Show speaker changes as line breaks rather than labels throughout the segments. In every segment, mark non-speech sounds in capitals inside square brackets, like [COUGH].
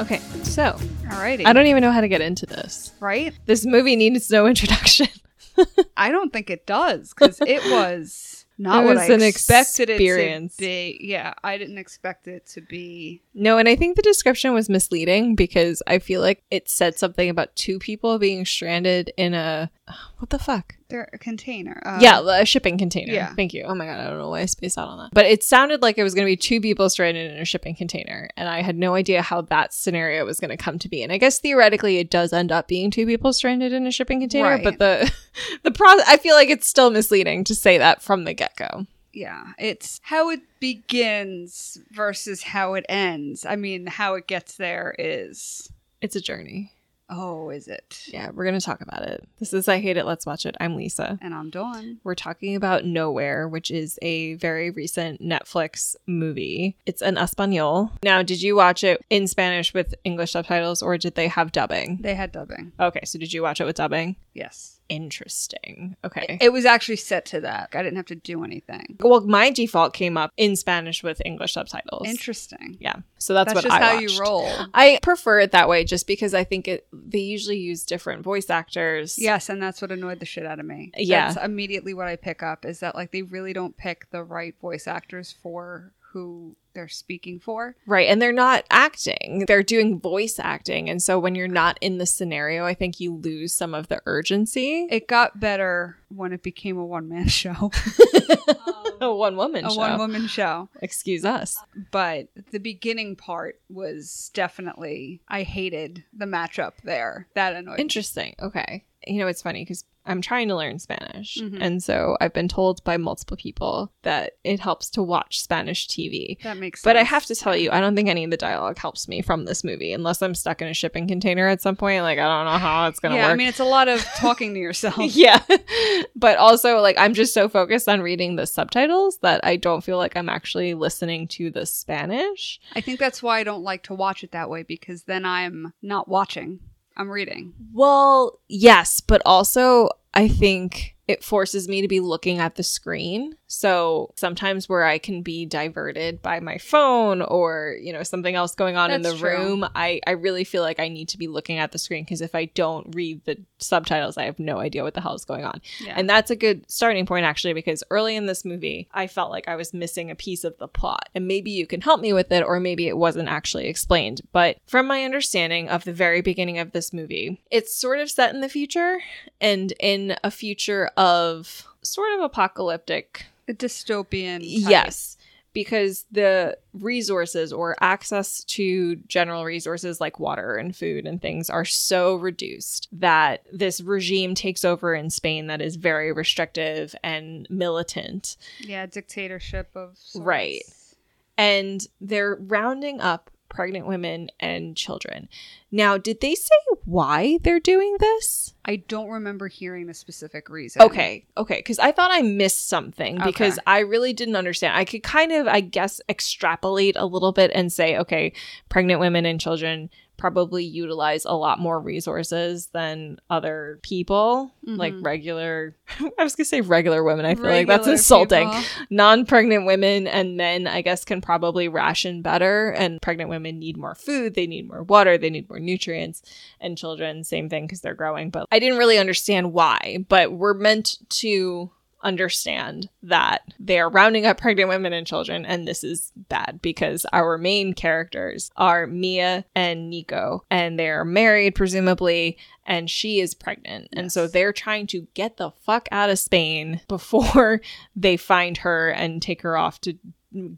Okay, so
Alrighty.
I don't even know how to get into this.
right?
This movie needs no [LAUGHS] introduction.
I don't think it does because
[LAUGHS]
it was not
It
what
was
I
an
expected
experience.
it to be. Yeah, I didn't expect it to be.
No, and I think the description was misleading because I feel like it said something about two people being stranded in a [SIGHS] what the fuck?
They're a container. Uh,
yeah, a shipping container.
yeah.
Thank you. Oh my god, I don't know why I spaced out on that. But it sounded like it was going to be two people stranded in a shipping container, and I had no idea how that scenario was going to come to be. And I guess theoretically, it does end up being two people stranded in a shipping container.
Right.
But the [LAUGHS] the process, I feel like it's still misleading to say that from the get go.
Yeah. It's how it begins versus how it ends. I mean, how it gets there is.
It's a journey.
Oh, is it?
Yeah, we're going to talk about it. This is I hate it. Let's watch it. I'm Lisa.
And I'm Dawn.
We're talking about Nowhere, which is a very recent Netflix movie. It's an Espanol. Now, did you watch it in Spanish with English subtitles or did they have dubbing?
They had dubbing.
Okay, so did you watch it with dubbing?
Yes.
Interesting. Okay.
It was actually set to that. I didn't have to do anything.
well, my default came up in Spanish with English subtitles.
Interesting.
yeah. So that's,
That's,
what
just
I
how
watched.
you roll.
I prefer it that way just because I think it they usually use different voice actors.
Yes, and that's what annoyed the shit out of me.
Yeah.
That's immediately what I pick up is that like they really don't pick the right voice actors for who they're speaking for.
Right. And they're not acting, they're doing voice acting. And so when you're not in the scenario, I think you lose some of the urgency. [LAUGHS]
It got better when it became a one man [LAUGHS] show,
a one woman
a
show.
one woman show.
Excuse us.
But the beginning part was definitely I hated the matchup there. That annoyed me.
Interesting. Okay. You know, it's funny because I'm trying to learn Spanish.
Mhm.
And so I've been told by multiple people that it helps to watch Spanish TV.
That makes sense.
But I have to tell you, I don't think any of the dialogue helps me from this movie unless I'm stuck in a shipping container at some point. Like, I don't know how it's going to
Yeah,
work.
I mean it's a lot
[LAUGHS]
of talking to yourself.
yeah. But also, like, I'm just so focused on reading the subtitles that I don't feel like I'm actually listening to the Spanish.
I think that's why I don't like to watch it that way because then I'm not watching. I'm reading.
Well, yes, but also, I think it forces me to be looking at the screen. So sometimes where I can be diverted by my phone or, you know, something else going on in
That's
the
true.
room, I, I really feel like I need to be looking at the screen because if I don't read the subtitles, I have no idea what the hell is going on.
Yeah.
And that's a good starting point, actually, because early in this movie, I felt like I was missing a piece of the plot. And maybe you can help me with it, or maybe it wasn't actually explained. But from my understanding of the very beginning of this movie, it's sort of set in the future and in a future of sort of apocalyptic
a dystopian. type.
Yes, because the resources or access to general resources like water and food and things are so reduced that this regime takes over in Spain that is very restrictive and militant.
Yeah, dictatorship of sorts.
Right. And they're rounding up pregnant women and children. Now, did they say why they're doing this?
I don't remember hearing the specific reason.
Okay, okay, because I thought I missed something because
Okay.
I really didn't understand. I could kind of, I guess, extrapolate a little bit and say, okay, pregnant women and children probably utilize a lot more resources than other people, like
Mhm.
regular. [LAUGHS] I was gonna say regular women. I feel like that's
Regular
insulting.
people.
Non-pregnant women and men, I guess, can probably ration better, and pregnant women need more food, they need more water, they need more nutrients and children same thing because they're growing but i didn't really understand why but we're meant to understand that they are rounding up pregnant women and children and this is bad because our main characters are mia and nico and they're married presumably and she is pregnant and so
Yes.
they're trying to get the fuck out of spain [LAUGHS] before they find her and take her off to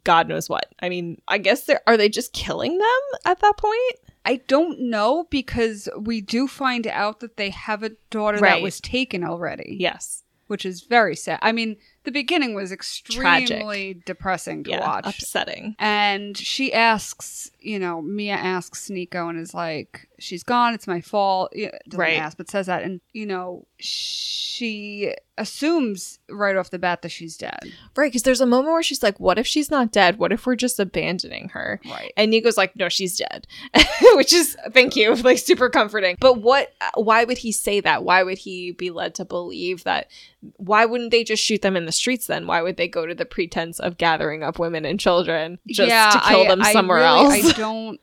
god knows what i mean i guess they're are they just killing them at that point
I don't know because we do find out that they have a daughter that
Right.
was taken already,
yes
which is very sad. I mean, the beginning was extremely depressing to watch.
upsetting.
And she asks, you know, Mia asks Nico and is like, she's gone, it's my fault. Yeah, Doesn't
Right.
ask, but says that. And, you know, she assumes right off the bat that she's dead.
Right, because there's a moment where she's like, "What if she's not dead? What if we're just abandoning her?"
Right.
And Nico's like, "No, she's dead," [LAUGHS] which is thank you, [LAUGHS] like super comforting. But what? uh, Why would he say that? Why would he be led to believe that? Why wouldn't they just shoot them in the streets? Then why would they go to the pretense of gathering up women and children just to kill them somewhere
[LAUGHS] I really-
else?
I don't.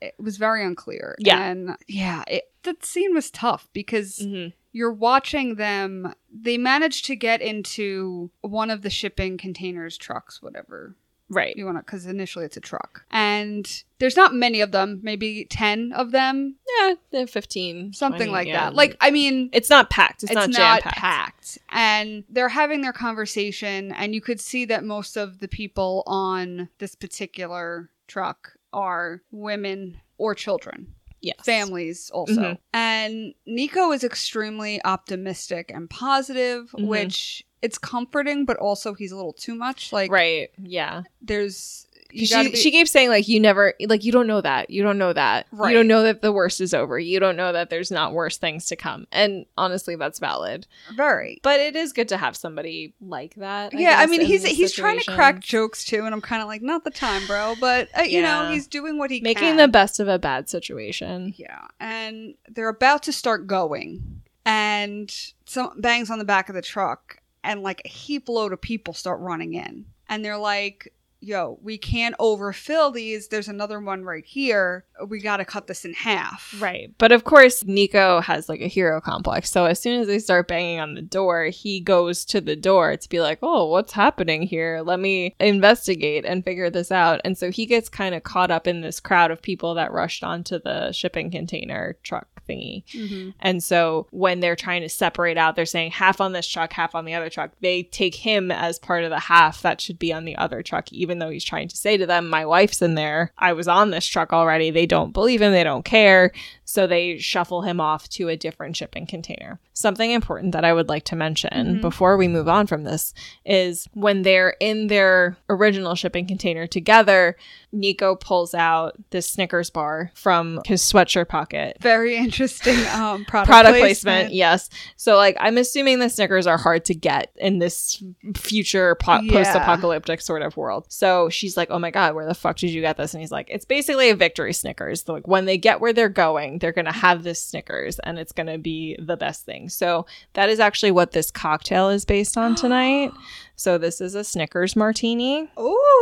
it was very unclear.
Yeah.
And yeah, it, that scene was tough because
Mhm.
you're watching them. They managed to get into one of the shipping containers, trucks, whatever
Right.
you want to, because initially it's a truck. And there's not many of them, maybe 10 of them,
Yeah, the 15.
something
20,
like
yeah.
that. Like, I mean,
it's not packed. It's, not jam packed.
packed. And they're having their conversation, and you could see that most of the people on this particular truck are women or children,
Yes.
families also.
Mhm.
And Nico is extremely optimistic and positive,
Mhm.
which it's comforting, but also he's a little too much. Like,
right. Yeah.
there's. You
She,
gotta be-
she keeps saying like you never like you don't know that you don't know that
Right.
you don't know that the worst is over you don't know that there's not worse things to come and honestly that's valid
very.
but it is good to have somebody like that I
yeah, I
guess,
mean
in
he's
these
he's trying to crack
situations.
jokes too, and I'm kind of like not the time, bro. But uh, you know
Yeah.
he's doing what he
making
can.
the best of a bad situation
Yeah, and they're about to start going, and some bangs on the back of the truck, and like a heap load of people start running in, and they're like, "Yo, we can't overfill these. There's another one right here. We got to cut this in half."
right but of course Nico has like a hero complex so as soon as they start banging on the door he goes to the door to be like oh what's happening here let me investigate and figure this out and so he gets kind of caught up in this crowd of people that rushed onto the shipping container truck thingy
Mm-hmm.
And so when they're trying to separate out, they're saying half on this truck, half on the other truck. They take him as part of the half that should be on the other truck, even though he's trying to say to them, My wife's in there. I was on this truck already. They don't believe him. They don't care. So they shuffle him off to a different shipping container. Something important that I would like to mention
Mhm.
before we move on from this is when they're in their original shipping container together, Nico pulls out this Snickers bar from his sweatshirt pocket
Very interesting um, product,
product placement. yes so like i'm assuming the snickers are hard to get in this future po-
Yeah.
post-apocalyptic sort of world so she's like oh my god where the fuck did you get this and he's like it's basically a victory snickers like when they get where they're going they're gonna have this snickers and it's gonna be the best thing so that is actually what this cocktail is based
[GASPS]
on tonight so this is a snickers martini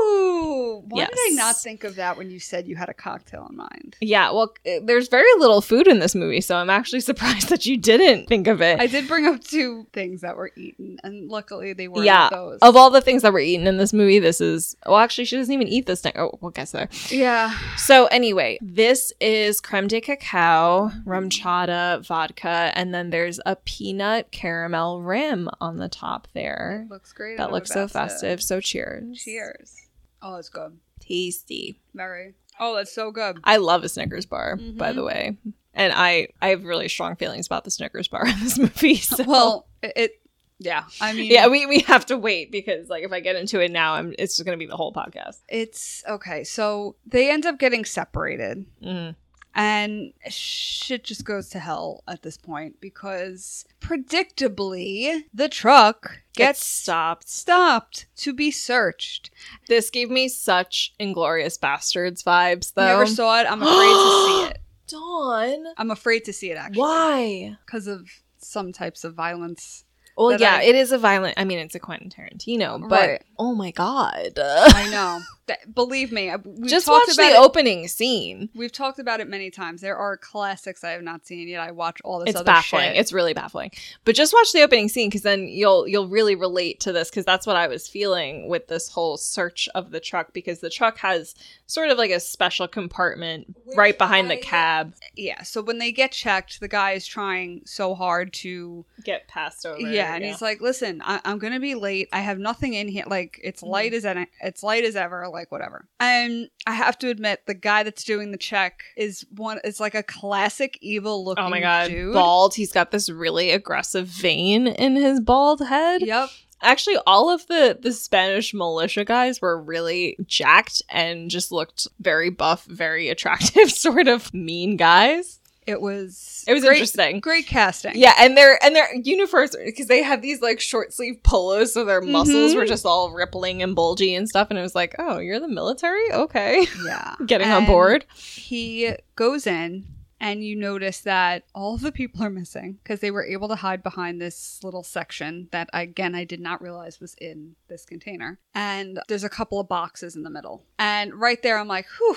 Ooh, why did I
Yes.
not think of that when you said you had a cocktail in mind?
yeah, well, c- there's very little food in this movie, so I'm actually [LAUGHS] surprised that you didn't think of it.
I did bring up two things that were eaten, and luckily they were
Yeah,
those.
of all the things that were eaten in this movie, this is well, actually, she doesn't even eat this thing. Oh, we'll get there.
yeah.
So anyway, this is creme de cacao, rum chata, vodka, and then there's a peanut caramel rim on the top there.
It looks great.
That
I'm
looks so
about to-
festive. So cheers.
Cheers. Oh, it's good.
Tasty.
Very. Oh, that's so good.
I love a Snickers bar, by
Mhm.
the way. And I, I have really strong feelings about the Snickers bar [LAUGHS] in this
[LAUGHS]
movie. [LAUGHS] So.
Well, it, it. Yeah. I mean.
yeah, we, we have to wait because like if I get into it now, I'm it's just gonna be the whole podcast.
It's okay. So they end up getting separated,
Mm.
and shit just goes to hell at this point because predictably the truck
Gets
gets
stopped.
stopped to be searched.
This gave me such inglorious bastards vibes though.
Never saw it. I'm afraid
[GASPS]
to see it.
Dawn.
I'm afraid to see it actually.
Why?
Because of some types of violence.
Well,
That
yeah,
I-
it is a violent. I mean, it's a Quentin Tarantino, but
Right.
oh my [LAUGHS] god!
I know. That, believe me. I- We've
Just
talked
watch
about
the
it.
opening scene.
We've talked about it many times. There are classics I have not seen yet. I watch all this
It's
other
baffling.
shit.
It's really baffling. But just watch the opening scene because then you'll you'll really relate to this because that's what I was feeling with this whole search of the truck because the truck has sort of like a special compartment right behind the cab.
yeah. So when they get checked, the guy is trying so hard to
Get passed over.
yeah, and he's like, "Listen, I- I'm gonna be late. I have nothing in here. Like it's
Mm-hmm.
light as en- it's light as ever. Like whatever." And I have to admit, the guy that's doing the check is one. It's like a classic evil looking.
Oh my god,
dude.
bald. He's got this really aggressive vein in his bald head.
Yep.
Actually, all of the the Spanish militia guys were really jacked and just looked very buff, very [LAUGHS] attractive, sort of mean guys.
It was.
It was
great,
interesting.
Great casting.
Yeah, and their and their uniforms because they had these like short sleeve polos, so their muscles
Mhm.
were just all rippling and bulgy and stuff. And it was like, oh, you're the military, okay, [LAUGHS]
Yeah.
getting on
And
board.
He goes in, and you notice that all of the people are missing because they were able to hide behind this little section that, again, I did not realize was in this container. And there's a couple of boxes in the middle. And right there, I'm like, whew.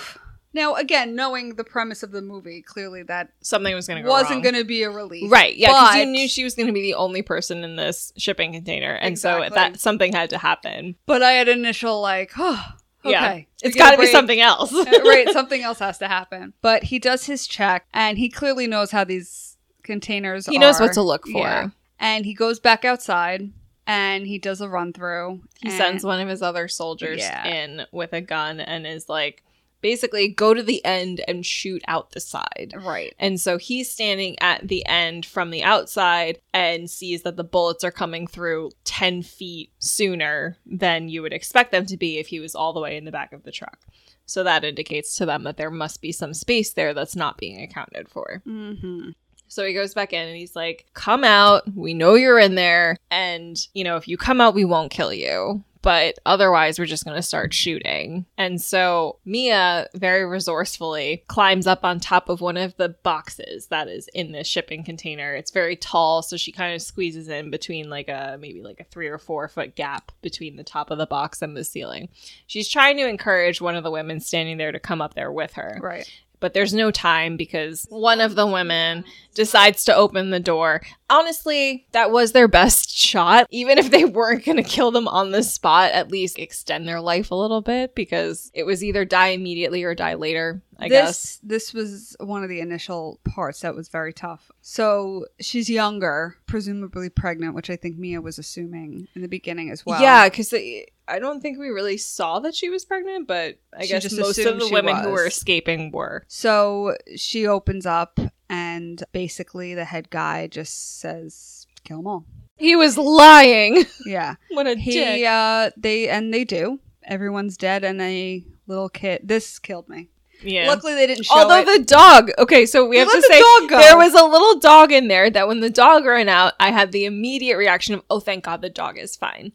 Now, again, knowing the premise of the movie, clearly that
Something was going to go
wasn't
wrong.
going to be a relief.
Right. Yeah, because you
But-
knew she was going to be the only person in this shipping container, and so
Exactly.
that something had to happen.
But I had initial like, oh, okay.
Yeah.
we
It's
get a
got to be
break."
something else. [LAUGHS]
right, something else has to happen. But he does his check, and he clearly knows how these containers.
He knows
are.
what to look for.
Yeah. And he goes back outside, and he does a run through.
He
and-
sends one of his other soldiers
Yeah.
in with a gun and is like, basically, go to the end and shoot out the side.
right.
And so he's standing at the end from the outside and sees that the bullets are coming through 10 feet sooner than you would expect them to be if he was all the way in the back of the truck. So that indicates to them that there must be some space there that's not being accounted for.
Mm-hmm.
So he goes back in and he's like, Come out. We know you're in there. And, you know, if you come out, we won't kill you. But otherwise, we're just going to start shooting. And so Mia very resourcefully climbs up on top of one of the boxes that is in the shipping container. It's very tall. So she kind of squeezes in between like a maybe like a three or four foot gap between the top of the box and the ceiling. She's trying to encourage one of the women standing there to come up there with her
Right.
but there's no time because one of the women decides to open the door. Honestly, that was their best shot. Even if they weren't going to kill them on the spot, at least extend their life a little bit because it was either die immediately or die later, I
this
guess.
this was one of the initial parts that was very tough. So she's younger, presumably pregnant, which I think Mia was assuming in the beginning as well.
Yeah, because I don't think we really saw that she was pregnant, but I
She
guess
just
most of
assumed
the
she
women who
was.
were escaping were.
So she opens up, and basically the head guy just says, "Kill them all."
He was lying. [LAUGHS]
Yeah.
what a dick.
He uh they and they do. Everyone's dead and a little kid this killed me.
Yeah.
Luckily they didn't show
Although
it.
the dog, okay, so we
They
have
let
to
the
say
dog go.
there was a little dog in there that when the dog ran out, I had the immediate reaction of, "Oh, thank God, the dog is fine."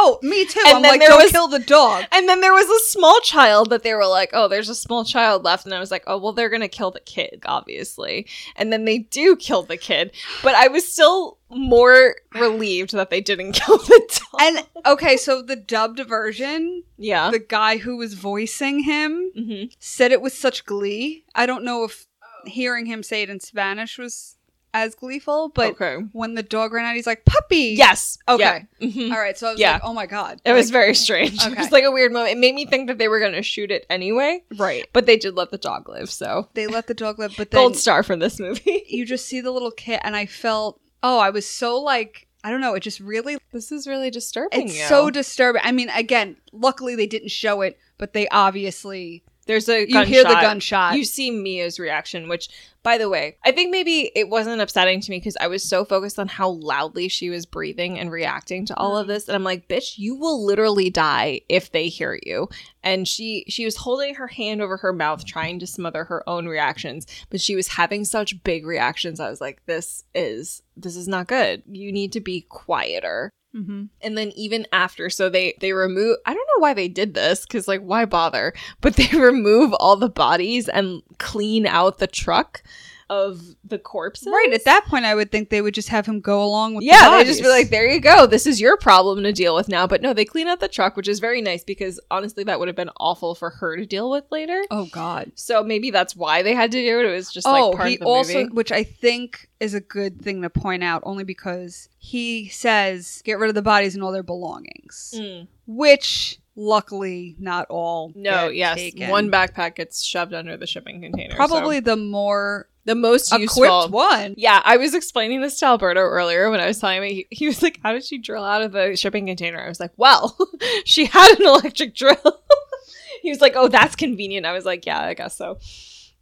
Oh, me too.
And
I'm
then
like
there
don't
was-
kill
[LAUGHS]
the dog.
And then there was a small child that they were like, "Oh, there's a small child left," and I was like, "Oh, well, they're gonna kill the kid, obviously." And then they do kill the kid, but I was still more relieved that they didn't [LAUGHS] kill the dog.
And okay, so the dubbed version,
Yeah.
the guy who was voicing him
hmm
said it with such glee. I don't know if hearing him say it in Spanish was as gleeful, but
okay.
when the dog ran out, he's like, Puppy.
Yes.
Okay.
Yeah. Mhm.
All right. So I was
Yeah.
like, oh my God.
It was
Like,
very strange. [LAUGHS] It
Okay.
was like a weird moment. It made me think that they were going to shoot it anyway,
right.
but they did let the dog live. So
They let the dog live, but
[LAUGHS]
then
gold star for this movie. [LAUGHS]
you just see the little kid and i felt oh i was so like i don't know it just really
This is really disturbing.
it's
you.
so disturbing i mean again luckily they didn't show it but they obviously
there's a
you
gunshot.
hear the gunshot
You see Mia's reaction, which, by the way, I think maybe it wasn't upsetting to me because I was so focused on how loudly she was breathing and reacting to all of this, and I'm like, "Bitch, you will literally die if they hear you." And she she was holding her hand over her mouth, trying to smother her own reactions, but she was having such big reactions. I was like, "This is this is not good. You need to be quieter."
mm-hmm.
and then even after so they they remove i don't know why they did this because like why bother [LAUGHS] but they remove all the bodies and clean out the truck of the corpses
right at that point i would think they would just have him go along with the
yeah they just be
bodies.
like there you go this is your problem to deal with now but no they clean out the truck which is very nice because honestly that would have been awful for her to deal with later
oh god
so maybe that's why they had to do it it was just
oh
like part
he
of the
also
movie
which i think is a good thing to point out only because he says get rid of the bodies and all their belongings
Mm.
which luckily not all
no
get
yes
taken.
one backpack gets shoved under the shipping container so
probably the more
the most useful
equipped one.
Yeah, I was explaining this to Alberto earlier when I was telling him. He, he was like, "How did she drill out of the shipping container?" I was like, "Well, [LAUGHS] she had an electric drill." [LAUGHS] he was like, "Oh, that's convenient." I was like, "Yeah, I guess so."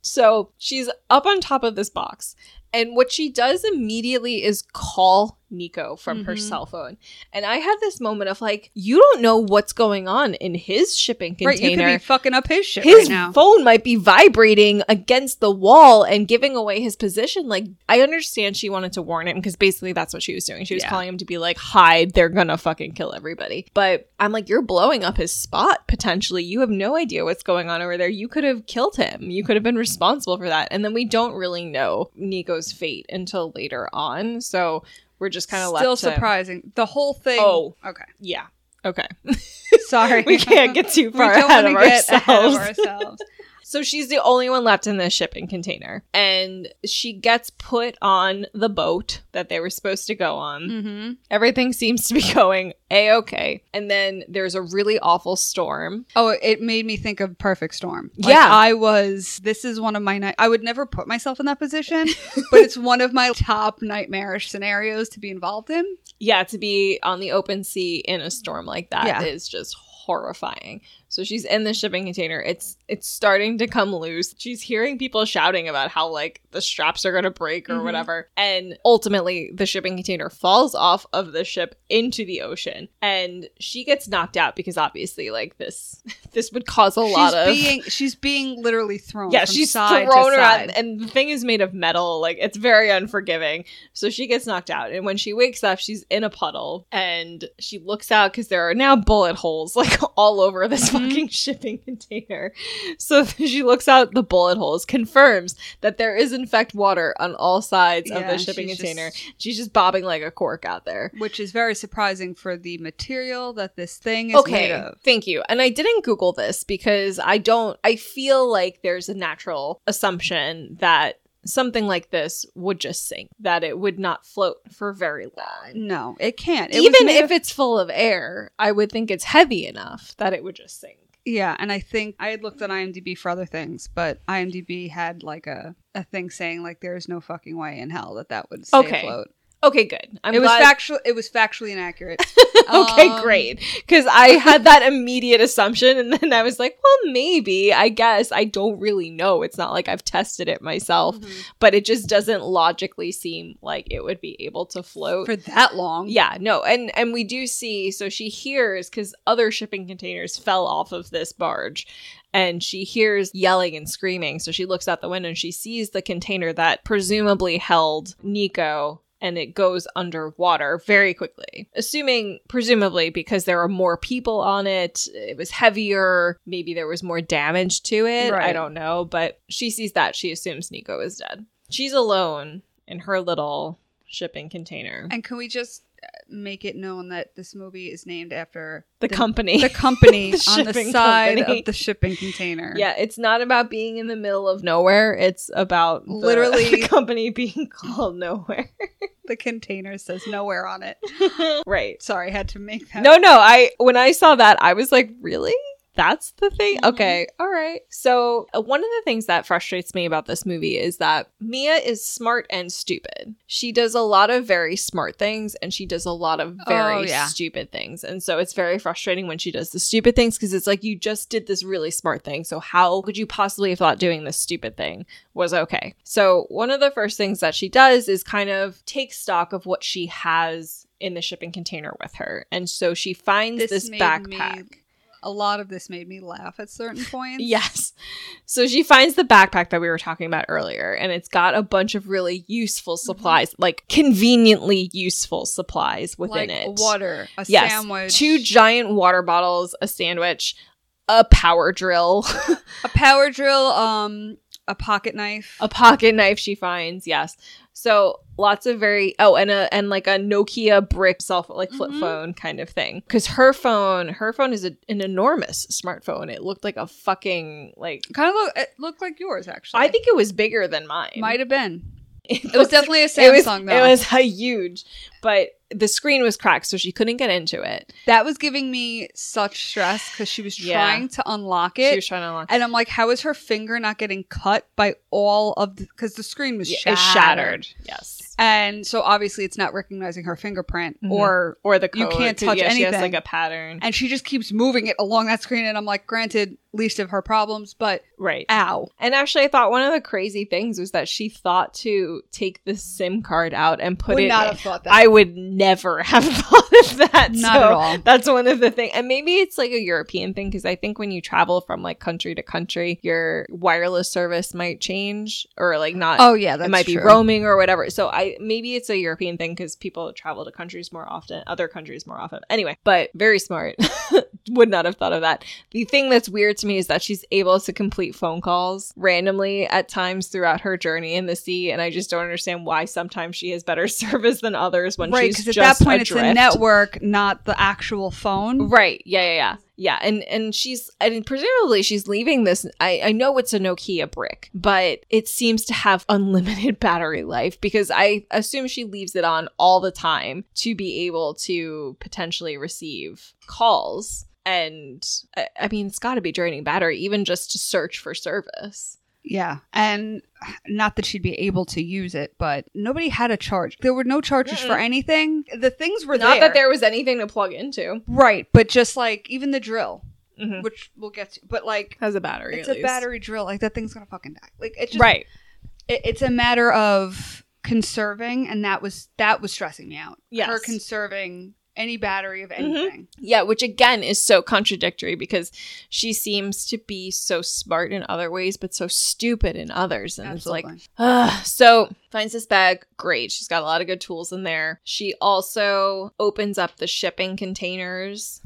So she's up on top of this box, and what she does immediately is call Nico from her
Mhm.
cell phone. And I had this moment of like, you don't know what's going on in his shipping container
Right, you could be fucking up his shit
his
right now.
phone might be vibrating against the wall and giving away his position. Like, I understand she wanted to warn him because basically that's what she was doing. She was
Yeah.
calling him to be like, hide, they're gonna fucking kill everybody. But I'm like, you're blowing up his spot potentially. You have no idea what's going on over there. You could have killed him, you could have been responsible for that. And then we don't really know Nico's fate until later on. So we're just kind of left.
Still
to-
surprising. The whole thing.
Oh.
okay.
Yeah. [LAUGHS] Okay.
Sorry,
[LAUGHS] we can't get too
[LAUGHS] We
far
don't
ahead, of
wanna get ahead of
ourselves. [LAUGHS]
ourselves.
So she's the only one left in this shipping container. And she gets put on the boat that they were supposed to go on.
Mm-hmm.
Everything seems to be [LAUGHS] going a okay. And then there's a really awful storm.
Oh, it made me think of Perfect Storm. Like,
Yeah.
I was. This is one of my night. I would never put myself in that position, [LAUGHS] but it's one of my top nightmarish scenarios to be involved in.
Yeah, to be on the open sea in a storm like that is
Yeah.
just horrifying. So she's in the shipping container. It's it's starting to come loose. She's hearing people shouting about how like the straps are going to break or
Mhm.
whatever. And ultimately the shipping container falls off of the ship into the ocean and she gets knocked out because obviously like this [LAUGHS] this would cause a lot
she's
of
being she's being literally thrown.
yeah,
from
she's
side
thrown
to
around,
side.
and the thing is made of metal. Like it's very unforgiving. So she gets knocked out, and when she wakes up, she's in a puddle, and she looks out because there are now bullet holes [LAUGHS] like all over this
Mhm.
fucking shipping container. So [LAUGHS] she looks out the bullet holes, confirms that there is in fact water on all sides of
Yeah,
the shipping
she's
container.
just-
She's just bobbing like a cork out there.
which is very surprising for the material that this thing is made
Okay,
of.
thank you. And I didn't Google this because I don't, I feel like there's a natural assumption that something like this would just sink, that it would not float for very long.
No, it can't. It was
Even
made
if
of-
it's full of air, I would think it's heavy enough that it would just sink.
yeah, and I think I had looked at IMDb for other things, but IMDb had like a a thing saying like there is no fucking way in hell that that would stay
Okay.
afloat.
Okay, good. I'm
it was
glad- Oh.
factual. It was factually inaccurate.
[LAUGHS] okay,
Um,
great. Because I had that [LAUGHS] immediate assumption, and then I was like, well, maybe. I guess I don't really know. It's not like I've tested it myself. but it just doesn't logically seem like it would be able to float.
for that long.
yeah, no, and and we do see so she hears cuz other shipping containers fell off of this barge and she hears yelling and screaming. So she looks out the window and she sees the container that presumably held Nico and it goes underwater very quickly. Assuming presumably because there are more people on it, it was heavier, maybe there was more damage to it. I
Right.
don't know, but she sees that she assumes Nico is dead. She's alone in her little shipping container.
And can we just uh, make it known that this movie is named after
the, company. [LAUGHS]
the company
The
on the
shipping
side
company.
of the shipping container.
yeah, it's not about being in the middle of nowhere. It's about the-
Literally-
the [LAUGHS] company being called
[LAUGHS]
nowhere.
the container says nowhere on it.
right.
Sorry, had to make that.
No, no. I when I saw that, I was like, really? That's the thing?
Mhm.
Okay. All right. So, uh, one of the things that frustrates me about this movie is that Mia is smart and stupid. She does a lot of very smart things and she does a lot of very
Oh, yeah.
stupid things. And so, it's very frustrating when she does the stupid things because it's like, you just did this really smart thing. So, how could you possibly have thought doing this stupid thing? was okay. So, one of the first things that she does is kind of take stock of what she has in the shipping container with her. And so she finds
This
this,
made
backpack.
me- A lot of this made me laugh
[LAUGHS]
at certain points.
Yes. So she finds the backpack that we were talking about earlier, and it's got a bunch of really useful
Mm-hmm.
supplies, like conveniently useful supplies within
like
it.
water, a
Yes.
sandwich,
Two giant water bottles, a sandwich, a power drill.
a power drill, um, a pocket knife.
a pocket knife she finds yes so lots of very oh and a and like a nokia brick cell phone like flip
Mhm.
phone kind of thing because her phone her phone is a, an enormous smartphone it looked like a fucking like
kind of look, it looked like yours actually.
i think it was bigger than mine [LAUGHS]
might have been.
it,
It was
looked-
definitely a Samsung
[LAUGHS] it was,
though.
it was [LAUGHS] a huge but the screen was cracked so she couldn't get into it
That was giving me such stress because she was
Yeah.
trying to unlock
she
it.
was trying to unlock
and I'm like, how is her finger not getting cut by all of the. Because the screen was
Yeah,
shattered.
it's shattered yes
And so obviously it's not recognizing her fingerprint
Mhm.
or.
or the
You
code,
can't
too.
touch
yeah, she has
anything.
like a pattern
And she just keeps moving it along that screen. And I'm like, granted, least of her problems, but
right
ow.
And actually, I thought one of the crazy things was that she thought to take the SIM card out and put
Would
it.
not have thought that.
I would never have [LAUGHS] thought of that.
not
so
at all.
That's one of the things. And maybe it's like a European thing because I think when you travel from like country to country, your wireless service might change or like not.
Oh, yeah. That's
it might be
true.
roaming or whatever. So I maybe it's a European thing because people travel to countries more often, other countries more often. Anyway, but very smart. [LAUGHS] Would not have thought of that. The thing that's weird to me is that she's able to complete phone calls randomly at times throughout her journey in the sea, and I just don't understand why sometimes she has better [LAUGHS] service than others when
Right.
she's
Because at
just
that point, it's
adrift.
the network, not the actual phone.
Mm-hmm. Right. Yeah. Yeah. Yeah. Yeah, and and she's and presumably she's leaving this. I I know it's a Nokia brick, but it seems to have [LAUGHS] unlimited battery life because I assume she leaves it on all the time to be able to potentially receive calls. And I, I mean, it's got to be draining battery even just to search for service.
Yeah. And not that she'd be able to use it, but nobody had a charge. There were no charges for
Mm-mm.
anything. The things were
Not
there.
that there was anything to plug into.
Right, but just like even the drill,
Mm-hmm.
which we'll get to, but like
Has a battery.
it's
at
a
least.
battery drill. Like that thing's gonna fucking die. Like it's just
right.
it, it's a matter of conserving, and that was that was stressing me out.
Yes.
her conserving any battery of anything.
Yeah, which again is so contradictory because she seems to be so smart in other ways, but so stupid in others. And it's like,
Absolutely.
Ugh. so finds this bag. Great. She's got a lot of good tools in there. She also opens up the shipping containers.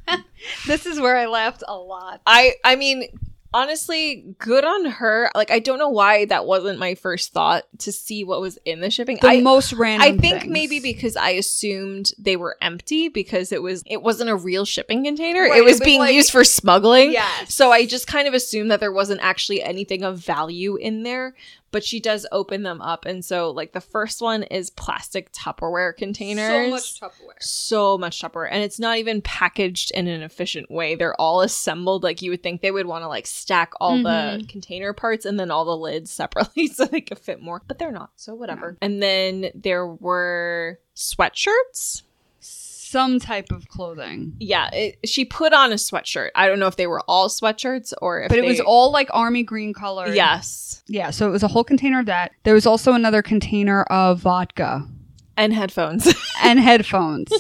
this is where I laughed a lot.
I I mean, honestly, good on her. Like I don't know why that wasn't my first thought to see what was in the shipping.
The
I
most random.
I think
things.
maybe because I assumed they were empty because it was it wasn't a real shipping container.
Right,
it was
it was
being
like-
used for smuggling.
Yes.
So I just kind of assumed that there wasn't actually anything of value in there, but she does open them up. And so like the first one is plastic Tupperware containers.
so much Tupperware.
So much Tupperware. And it's not even packaged in an efficient way. They're all assembled. Like you would think they would want to like stack all the
Mhm.
container parts and then all the lids separately [LAUGHS] so they could fit more. But they're not. So whatever. And then there were sweatshirts.
Some type of clothing,
Yeah. It, she put on a sweatshirt. I don't know if they were all sweatshirts or if
but it was
they-
all like army green color.
Yes.
yeah. So it was a whole container of that. There was also another container of vodka.
And headphones. [LAUGHS]
and headphones.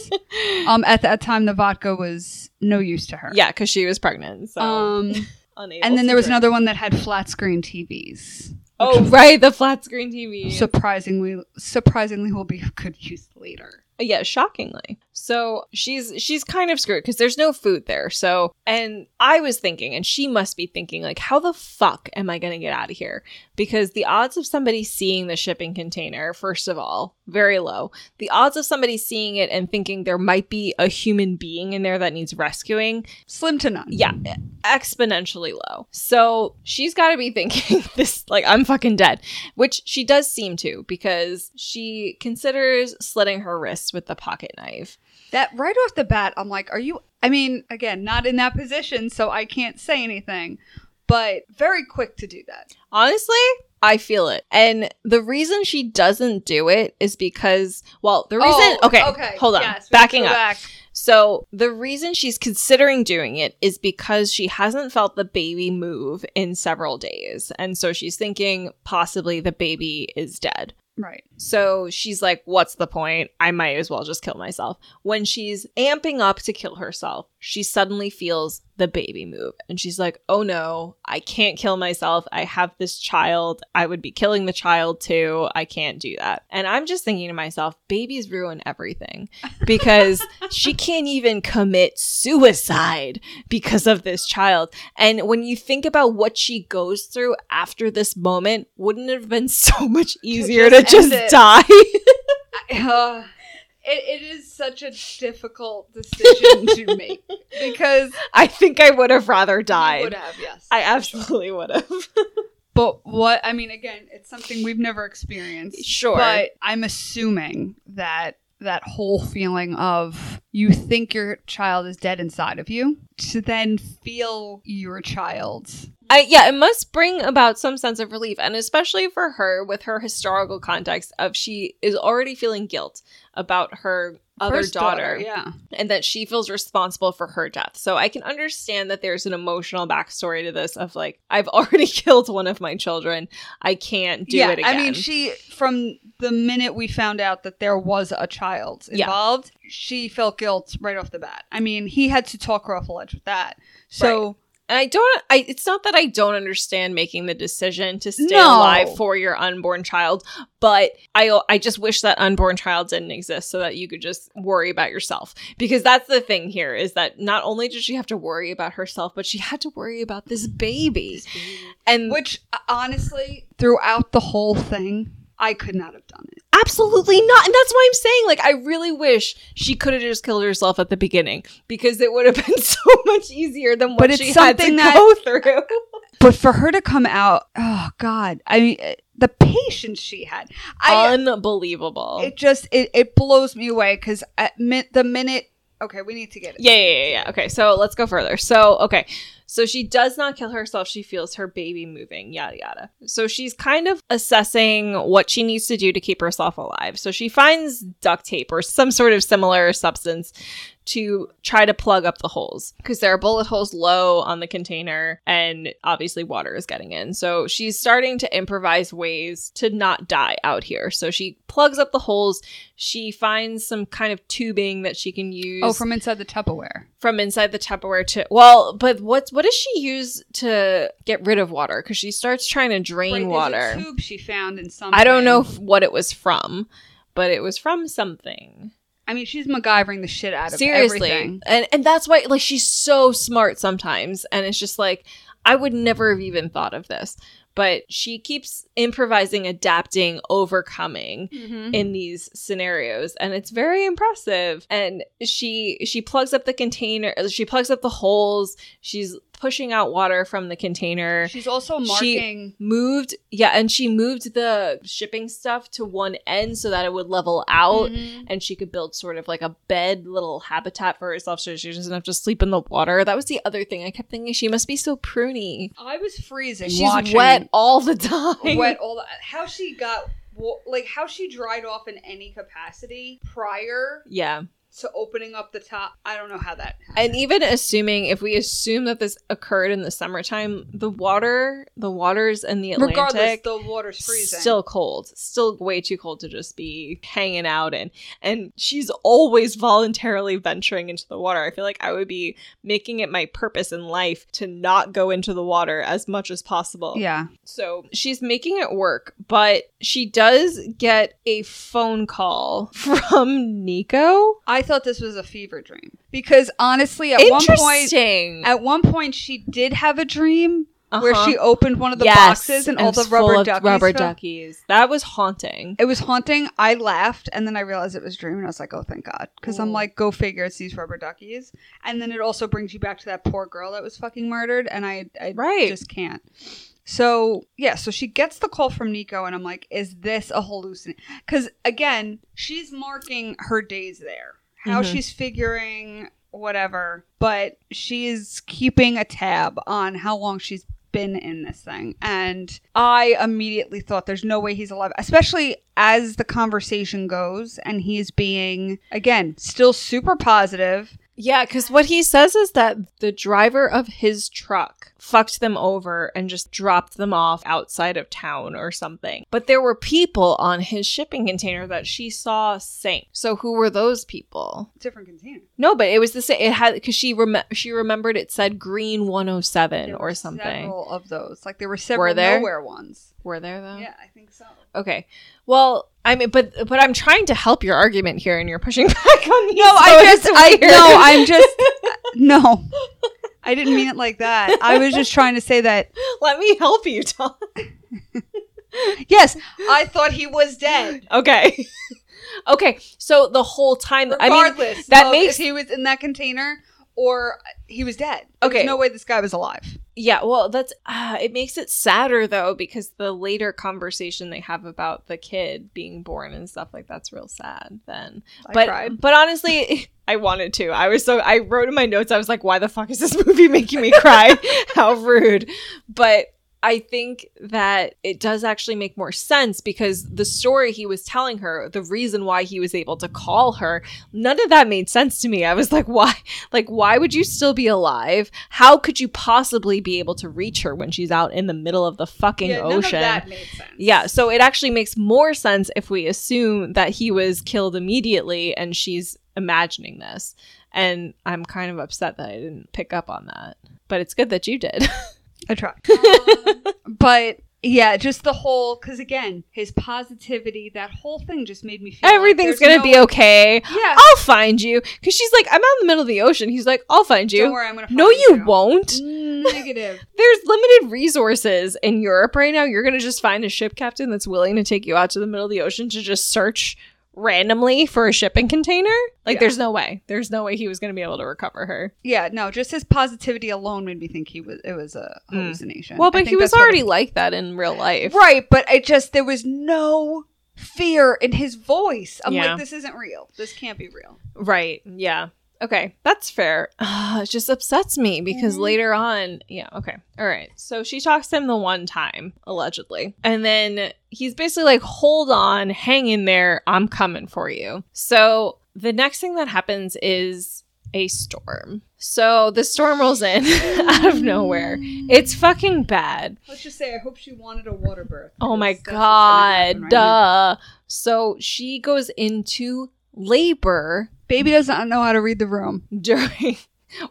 um, at that time, the vodka was no use to her.
yeah, because she was pregnant. So [LAUGHS]
Um,
unable.
and then
to
there was
drink.
another one that had flat screen TVs. [LAUGHS]
Oh right, the flat screen TV.
Surprisingly, surprisingly, will be [LAUGHS] of good use later.
yeah, shockingly. So she's she's kind of screwed because there's no food there. So and I was thinking, and she must be thinking, like, how the fuck am I gonna get out of here? Because the odds of somebody seeing the shipping container, first of all, very low. The odds of somebody seeing it and thinking there might be a human being in there that needs rescuing
Slim to none.
yeah exponentially low so she's got to be thinking [LAUGHS] this like i'm fucking dead which she does seem to because she considers slitting her wrists with the pocket knife
That right off the bat, I'm like, are you? I mean, again, not in that position, so I can't say anything. But very quick to do that.
honestly i feel it and the reason she doesn't do it is because well the reason
Oh,
okay, hold on
yes, we have to
backing
go
up
back.
So the reason she's considering doing it is because she hasn't felt the baby move in several days. And so she's thinking possibly the baby is dead.
Right.
So she's like, what's the point? I might as well just kill myself. When she's amping up to kill herself, she suddenly feels the baby move. And she's like, oh no, I can't kill myself. I have this child. I would be killing the child too. I can't do that. And I'm just thinking to myself, babies ruin everything
[LAUGHS]
because she can't even commit suicide because of this child. And when you think about what she goes through after this moment, wouldn't it have been so much easier to
just
just,
end it.
die? [LAUGHS]
Uh, it, it is such a difficult
[LAUGHS]
decision to make because
I think I would have rather
You would
died.
have, yes.
I absolutely would have.
[LAUGHS] but what I mean, again, it's something we've never experienced.
Sure.
But I'm assuming that that whole feeling of you think your child is dead inside of you to then feel your child.
I, yeah, it must bring about some sense of relief, and especially for her with her historical context of she is already feeling guilt about her other
First
daughter,
Yeah.
and that she feels responsible for her death. So I can understand that there's an emotional backstory to this of like I've [LAUGHS] already killed one of my children, I can't do
yeah.
it again.
I mean, she, from the minute we found out that there was a child
Yeah.
involved, she felt guilt right off the bat. I mean, he had to talk her off the ledge with that. So.
And I don't. I, it's not that I don't understand making the decision to stay
No.
alive for your unborn child, but I I just wish that unborn child didn't exist so that you could just worry about yourself. Because that's the thing here is that not only did she have to worry about herself, but she had to worry about this baby. And
Which uh, honestly, throughout the whole thing, I could not have done it.
Absolutely not. And that's why I'm saying, like, I really wish she could have just killed herself at the beginning because it would have been [LAUGHS] so much easier than what
But it's
she had to
something that-
go through.
But for her to come out, oh God, I mean, uh, the patience she had. I
Unbelievable.
it just it, it blows me away because at min- the minute, okay, we need to get it.
Yeah, yeah, yeah, yeah. Okay, so let's go further. So, okay. So she does not kill herself. She feels her baby moving, yada, yada. So she's kind of assessing what she needs to do to keep herself alive. So she finds duct tape or some sort of similar substance to try to plug up the holes because there are bullet holes low on the container and obviously water is getting in. So she's starting to improvise ways to not die out here. So she plugs up the holes. She finds some kind of tubing that she can use
Oh, from inside the Tupperware.
from inside the Tupperware to well, but what's what does she use to get rid of water? Because she starts trying to drain water.
tube she found in some.
I don't know f- what it was from, but it was from something.
I mean, she's MacGyvering the shit out of
Seriously,
everything.
and and that's why like she's so smart sometimes, and it's just like I would never have even thought of this. But she keeps improvising, adapting, overcoming,
Mm-hmm.
in these scenarios and it's very impressive and she she plugs up the container she plugs up the holes she's pushing out water from the container
She's also
She-
marking.
moved yeah and she moved the shipping stuff to one end so that it would level out
Mhm.
and she could build sort of like a bed little habitat for herself so she doesn't have to sleep in the water that was the other thing i kept thinking she must be so pruny
I was freezing.
she's
watching
wet all the [LAUGHS] time
wet all the, how she got wa- like how she dried off in any capacity prior
yeah
to opening up the top. I don't know how that.
and even assuming if we assume that this occurred in the summertime the water the waters in the
regardless,
atlantic
the water's freezing.
still cold still way too cold to just be hanging out in and she's always voluntarily venturing into the water i feel like i would be making it my purpose in life to not go into the water as much as possible
yeah.
so she's making it work but she does get a phone call [LAUGHS] from nico
I thought this was a fever dream because honestly, at one point,
Interesting.
at one point, she did have a dream where
Uh-huh.
she opened one of the
Yes,
boxes and all
it
the
was full
rubber
of
duckies.
rubber
fell-
duckies. That was haunting.
It was haunting. I laughed, and then I realized it was a dream, and I was like, "Oh, thank God!" Because I'm
Ooh.
like, "Go figure, it's these rubber duckies." And then it also brings you back to that poor girl that was fucking murdered, and I, I
Right.
just can't. So yeah, so she gets the call from Nico, and I'm like, "Is this a hallucination?" Because again, she's marking her days there, how
Mhm.
she's figuring whatever, but she's keeping a tab on how long she's been in this thing. And I immediately thought there's no way he's alive, especially as the conversation goes and he's being, again, still super positive.
Yeah, because what he says is that the driver of his truck fucked them over and just dropped them off outside of town or something. But there were people on his shipping container that she saw sink. So who were those people?
Different container.
No, but it was the same. It had because she rem- she remembered it said green one hundred seven
There
or
were
something.
Several of those. Like there were several
there?
nowhere ones.
Were there though?
Yeah, I think [LAUGHS] so.
Okay. Well, I mean, but but I'm trying to help your argument here, and you're pushing [LAUGHS] back on me. No,
Oh, I just, I no, I'm [LAUGHS] just no. [LAUGHS] I didn't mean it like that. I was just trying to say that
Let me help you, Tom. [LAUGHS]
yes, I thought he was dead.
Okay. [LAUGHS] okay. So the whole time, I mean,
regardless
that
of
makes-
if he was in that container or he was dead. There's
Okay.
no way this guy was alive.
yeah. Well, that's uh, it makes it sadder though because the later conversation they have about the kid being born and stuff like that's real sad. Then,
I
but
cried.
but honestly. [LAUGHS] I wanted to. I was so I wrote in my notes I was like why the fuck is this [LAUGHS] movie making me cry? [LAUGHS] How rude. But I think that it does actually make more sense because the story he was telling her, the reason why he was able to call her, none of that made sense to me. I was like, [LAUGHS] why? Like, why would you still be alive? How could you possibly be able to reach her when she's out in the middle of the fucking
yeah, None of
ocean?
that made sense.
Yeah, so it actually makes more sense if we assume that he was killed immediately and she's imagining this. And I'm kind of upset that I didn't pick up on that. But it's good that you
[LAUGHS]
did.
I tried. [LAUGHS] but yeah, just the whole because again, his positivity, that whole thing just made me feel like
Everything's
there's
going to
no-
be okay.
Yeah,
I'll find you. Because she's like, I'm out in the middle of the ocean. He's like, I'll find you.
don't worry, I'm gonna. Find
No, you
you
won't. [LAUGHS]
negative.
There's limited resources in Europe right now. You're going to just find a ship captain that's willing to take you out to the middle of the ocean to just search randomly for a shipping container. Like,
Yeah.
there's no way. There's no way he was going to be able to recover her.
Yeah, no, just his positivity alone made me think he was it was a
Mm.
hallucination. I
Well, but
think
he was
that's what
already like that in real life.
Right, but it just there was no fear in his voice. I'm
Yeah.
like, this isn't real. This can't be real.
Right. Yeah. Okay. That's fair. [SIGHS] it just upsets me because
Mhm.
later on, yeah. Okay. All right. So she talks to him the one time, allegedly. And then he's basically like, hold on, hang in there. I'm coming for you. So the next thing that happens is a storm. So the storm rolls in [LAUGHS] [LAUGHS] out of nowhere. It's fucking bad.
Let's just say I hope she wanted a water birth.
Oh my
'cause that's what's gonna happen
God.
right now.
Duh. So she goes into labor
Baby does not know how to read
[LAUGHS]
the room.
during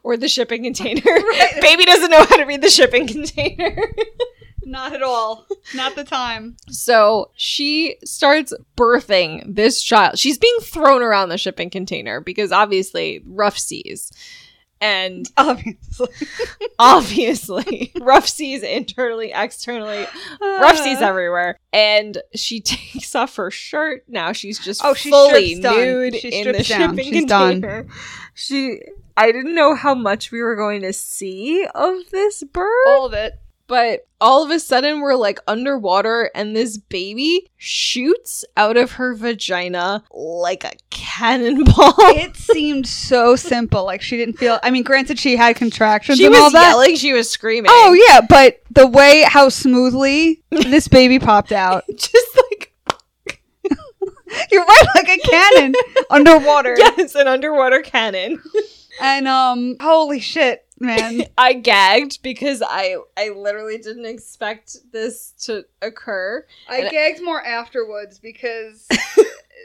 or the shipping container. [LAUGHS] Baby doesn't know how to read the shipping container. [LAUGHS]
Not at all. Not the time.
So she starts birthing this child. She's being thrown around the shipping container because obviously rough seas. And [LAUGHS]
Obviously.
obviously, [LAUGHS] rough seas internally, externally, rough
Uh-huh.
seas everywhere. And she [LAUGHS] takes off her shirt. Now she's just
Oh,
oh,
she
she's fully
strips done.
nude
She
in the
strips down.
shipping
She's done.
container. She, I didn't know how much we were going to see of this bird.
All of it.
But all of a sudden, we're like underwater, and this baby shoots out of her vagina like a cannonball.
It seemed so simple. Like she didn't feel I mean, granted she had contractions
she
and all
was
that.
yelling, she was screaming.
Oh yeah, but the way how smoothly this baby
[LAUGHS]
popped out.
just like
You're right, like a
[LAUGHS]
cannon underwater.
yes, an underwater cannon.
And um, holy shit,
[LAUGHS]
man.
I gagged because I I literally didn't expect this to occur.
I
And-
gagged more
[LAUGHS]
afterwards because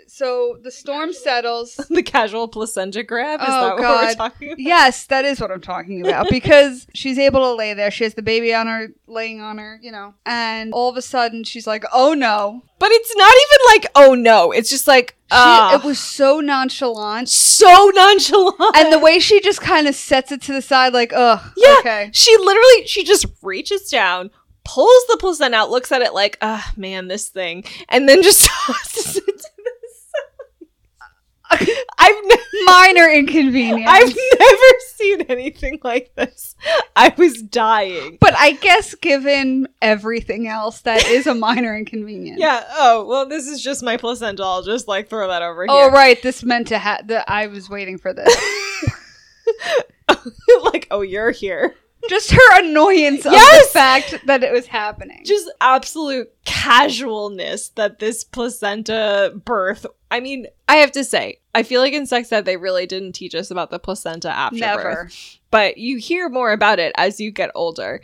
so the storm settles.
The casual placenta grab is
Oh,
that what we're
God.
talking about?
Yes, that is what I'm talking about because she's able to lay there. She has the baby on her, laying on her, you know. And all of a sudden, she's like, "Oh no!"
But it's not even like oh no, it's just like
She,
ah,
it was so nonchalant,
so nonchalant.
and the way she just kind of sets it to the side, like, "Ugh,
Yeah.
okay."
She literally, she just reaches down, pulls the placenta out, looks at it like, ah, man, this thing, and then just [LAUGHS] tosses it to the side. I've, ne-
Minor inconvenience.
I've never seen anything like this. I was dying.
but I guess given everything else, that is a minor inconvenience.
Yeah. Oh, well, this is just my placenta. I'll just like throw that over
Oh
here.
right, this meant to ha that I was waiting for this.
[LAUGHS] like, oh, you're here.
Just her annoyance of
Yes!
the fact that it was happening.
Just absolute casualness that this placenta birth. I mean, I have to say, I feel like in sex ed they really didn't teach us about the placenta after birth.
never.
but you hear more about it as you get older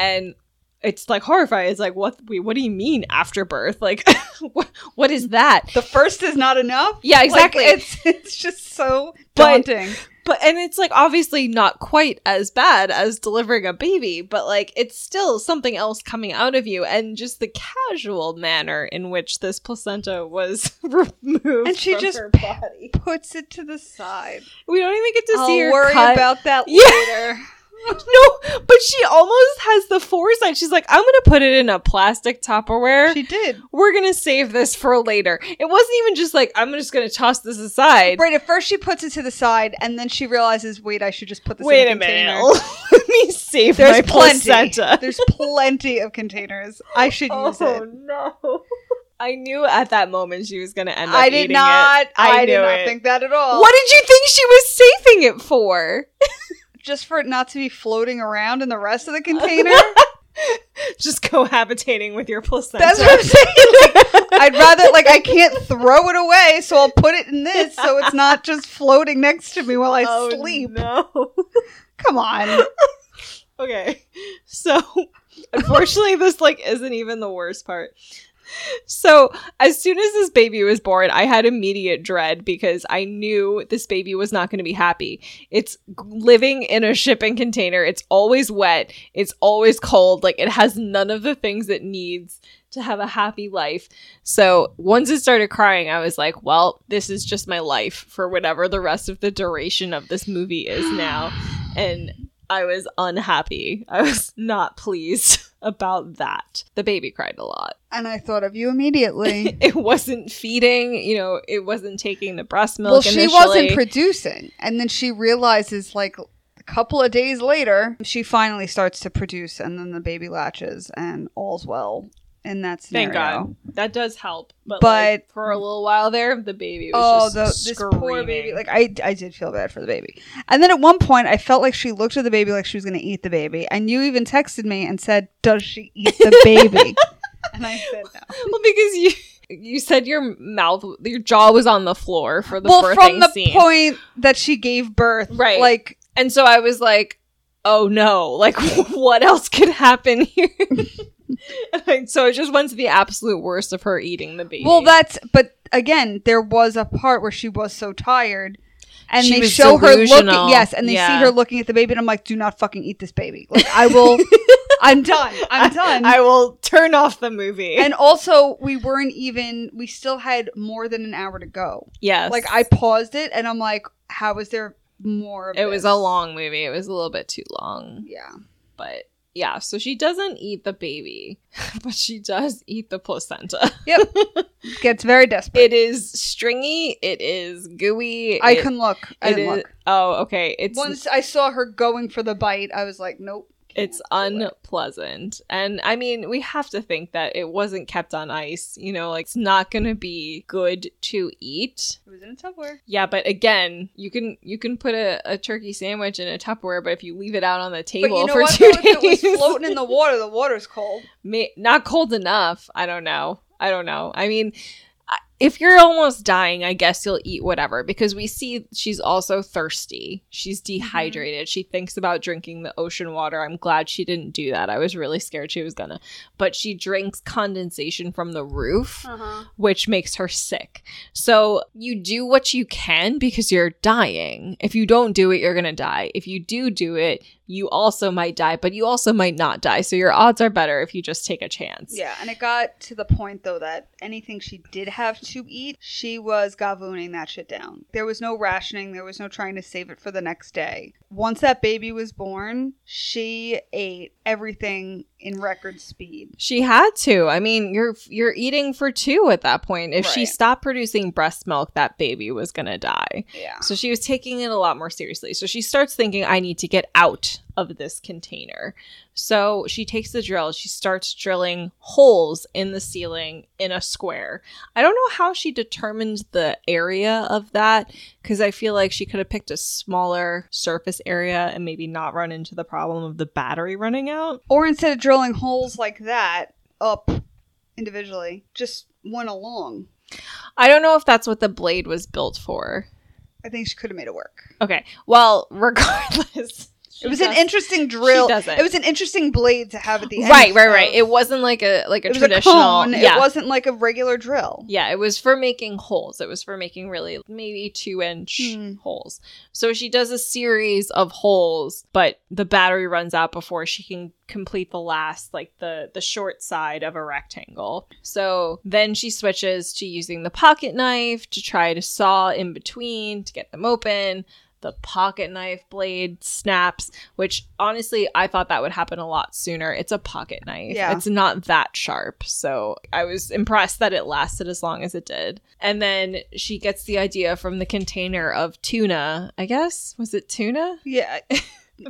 and it's like horrifying it's like what wait, what do you mean after birth like [LAUGHS] what, what is that
The first is not enough.
yeah
Like,
exactly
it's [LAUGHS] it's just so
But-
daunting.
but and it's like obviously not quite as bad as delivering a baby but like it's still something else coming out of you and just the casual manner in which this placenta was [LAUGHS] removed
And she
from
just-
her body
Puts it to the side.
we don't even get to
I'll
see her
worry
cut.
about that
Yeah.
later.
[LAUGHS] No, but she almost has the foresight. She's like, I'm going to put it in a plastic Tupperware.
She did.
We're going to save this for later. It wasn't even just like, I'm just going to toss this aside.
Right at first, she puts it to the side, and then she realizes, wait, I should just put this.
Wait
in
a
a container.
minute. [LAUGHS] Let me save [LAUGHS]
There's
my
plenty.
placenta.
[LAUGHS] There's plenty of containers. I should use
Oh.
it. [LAUGHS]
no. I knew at that moment she was going to end up
Oh, I did
eating
not.
I
I,
knew
did not
it.
think that at
It.
all.
What did you think she was saving it for?
Just for it not to be floating around in the rest
[LAUGHS]
of the container.
Just cohabitating with your placenta. [LAUGHS]
That's what I'm saying. Like, I'd rather like I can't throw it away, so I'll put it in this, so it's not just floating next to me while I
[LAUGHS] oh,
sleep.
No. [LAUGHS]
Come on.
Okay. So unfortunately this like isn't even the worst part. So as soon as this baby was born, I had immediate dread because I knew this baby was not going to be happy. It's g- living in a shipping container. It's always wet. It's always cold. Like it has none of the things it needs to have a happy life. So once it started crying, I was like, well, this is just my life for whatever the rest of the duration of this movie is now. And I was unhappy. I was not pleased [LAUGHS] about that. The baby cried a lot.
And I thought of
[LAUGHS]
you immediately.
It wasn't feeding, you know, it wasn't taking the breast milk.
well, she wasn't
initially.
producing. And then she realizes, like, a couple of days later, she finally starts to produce, and then the baby latches, and all's well in that scenario.
Thank God. That does help. But,
But-
like, for a little while there, the baby
Oh,
was
the,
just
this
screaming.
poor baby! Like I, I did feel bad for the baby. And then at one point, I felt like she looked at the baby like she was going to eat the baby. And you even texted me and said, "Does she eat the
[LAUGHS]
baby?" and I said, "No." [LAUGHS]
well, because you you said your mouth, your jaw was on the floor for the
well,
birthing
from the
scene.
point that she gave birth,
Right.
Like
and so I was like, oh no, like [LAUGHS] what else could happen here? [LAUGHS] Like, so it just went to the absolute worst of her eating the baby.
Well, that's but again, there was a part where she was so tired, and
She
they
was
show her
delusional.
looking. Yes, and they
Yeah.
see her looking at the baby, and I'm like, "Do not fucking eat this baby! Like,
[LAUGHS]
I will. I'm done. I'm
[LAUGHS]
done."
I will turn off the movie.
and also, we weren't even. We still had more than an hour to go.
yes,
Like, I paused it, and I'm like, "How is there more?" Of
it was
this?
a long movie. It was a little bit too long,
Yeah.
but yeah. So she doesn't eat the baby, [LAUGHS] but she does eat the placenta. [LAUGHS]
Gets very desperate.
It is stringy. It is gooey.
I
it-
couldn't look. I
It
didn't
is.
look.
Oh, okay. It's
Once I saw her going for the bite, I was like, "Nope." can't
it's
do it.
unpleasant and i mean we have to think that it wasn't kept on ice you know like it's not gonna be good to eat
It was in a Tupperware.
yeah but again you can you can put a, a turkey sandwich in a tupperware but if you leave it out on the table for two
though?
days [LAUGHS]
If it was floating in the water, the water's cold.
may, not cold enough i don't know i don't know i mean I- if you're almost dying, I guess you'll eat whatever because we see she's also thirsty. She's dehydrated. She thinks about drinking the ocean water. I'm glad she didn't do that. I was really scared she was gonna. But she drinks condensation from the roof,
Uh-huh.
which makes her sick. So you do what you can because you're dying. If you don't do it, you're gonna die. If you do do it, you also might die, but you also might not die. So your odds are better if you just take a chance.
Yeah, and it got to the point though that anything she did have to eat, she was gavooning that shit down. There was no rationing. There was no trying to save it for the next day. Once that baby was born, she ate everything in record speed.
She had to. I mean, you're you're eating for two at that point. If she
Right.
stopped producing breast milk, that baby was going to die.
Yeah.
So she was taking it a lot more seriously. So she starts thinking I need to get out of this container. So she takes the drill, she starts drilling holes in the ceiling in a square. I don't know how she determined the area of that cuz I feel like she could have picked a smaller surface area and maybe not run into the problem of the battery running out.
Or instead of drilling holes like that up individually, just went along.
I don't know if that's what the blade was built for.
I think she could have made it work.
Okay. Well, [LAUGHS] regardless,
it was an interesting drill.
doesn't.
It was an interesting blade to have at the end.
right, right, right.
of-
It wasn't like a like a
it was
traditional.
a cone.
yeah,
It wasn't like a regular drill.
yeah. It was for making holes. It was for making really maybe two inch
Hmm.
holes. So she does a series of holes, but the battery runs out before she can complete the last, like the the short side of a rectangle. So then she switches to using the pocket knife to try to saw in between to get them open. The pocket knife blade snaps, which honestly, I thought that would happen a lot sooner. It's a pocket knife.
Yeah.
It's not that sharp. So I was impressed that it lasted as long as it did. And then she gets the idea from the container of tuna, I guess. Was it tuna?
Yeah. [LAUGHS]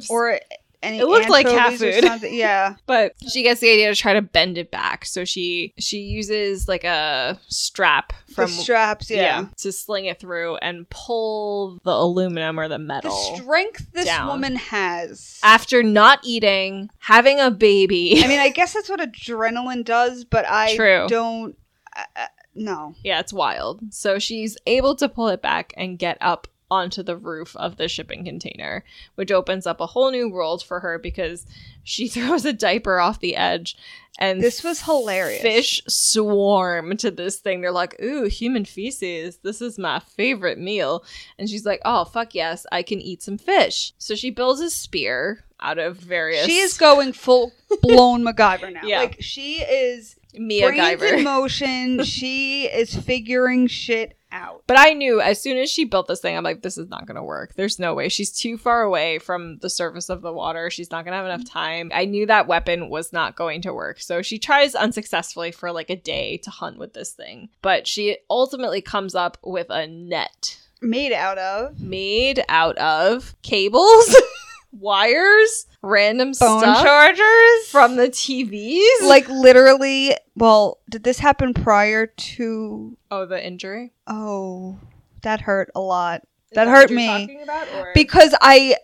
Or any
It looked like cat
anchovies or
food. [LAUGHS]
something. Yeah.
but she gets the idea to try to bend it back so she she uses like a strap
From
from
the straps, yeah.
to sling it through and pull the aluminum or the
The
metal
strength this
Down.
woman has.
after not eating having a baby
[LAUGHS] I mean, I guess that's what adrenaline does, but I
True.
don't. Uh, uh, no.
yeah it's wild so she's able to pull it back and get up onto the roof of the shipping container which opens up a whole new world for her because she [LAUGHS] throws a diaper off the edge and
This was hilarious.
Fish swarm to this thing. They're like, ooh, human feces. This is my favorite meal. And she's like, oh, fuck yes, I can eat some fish. So she builds a spear out of various
She
[LAUGHS]
is going full blown MacGyver now.
Yeah.
Like, she is
Mia
brains
[LAUGHS]
in
Guyver.
motion. she is figuring shit out.
But I knew as soon as she built this thing, I'm like, this is not going to work. There's no way. She's too far away from the surface of the water. She's not going to have enough time. I knew that weapon was not going to work. So she tries unsuccessfully for like a day to hunt with this thing. But she ultimately comes up with a net
Made out of
made out of cables, [LAUGHS] wires, random
phone
stuff
chargers
from the TVs.
[LAUGHS] like literally. Well, did this happen prior to?
oh, the injury.
Oh, that hurt a lot
Is
That
what
hurt
you're
me.
talking about, or-
because I.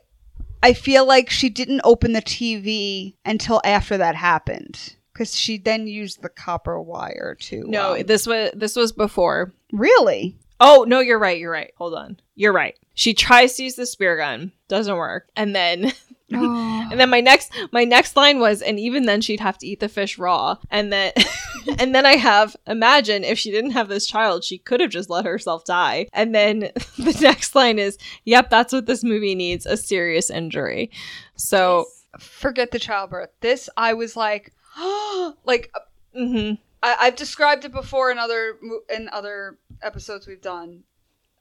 I feel like she didn't open the TV until after that happened because she then used the copper wire to.
no,
um,
this was this was before. [GASPS]
really.
Oh no, you're right. You're right. Hold on. You're right. She tries to use the spear gun, doesn't work, and then [LAUGHS] and then my next my next line was, and even then she'd have to eat the fish raw, and then [LAUGHS] and then I have imagine if she didn't have this child, she could have just let herself die. And then [LAUGHS] the next line is, yep, that's what this movie needs: a serious injury. So.
forget the childbirth. This I was like, [GASPS] like
hmm
I, I've described it before in other mo- in other episodes we've done.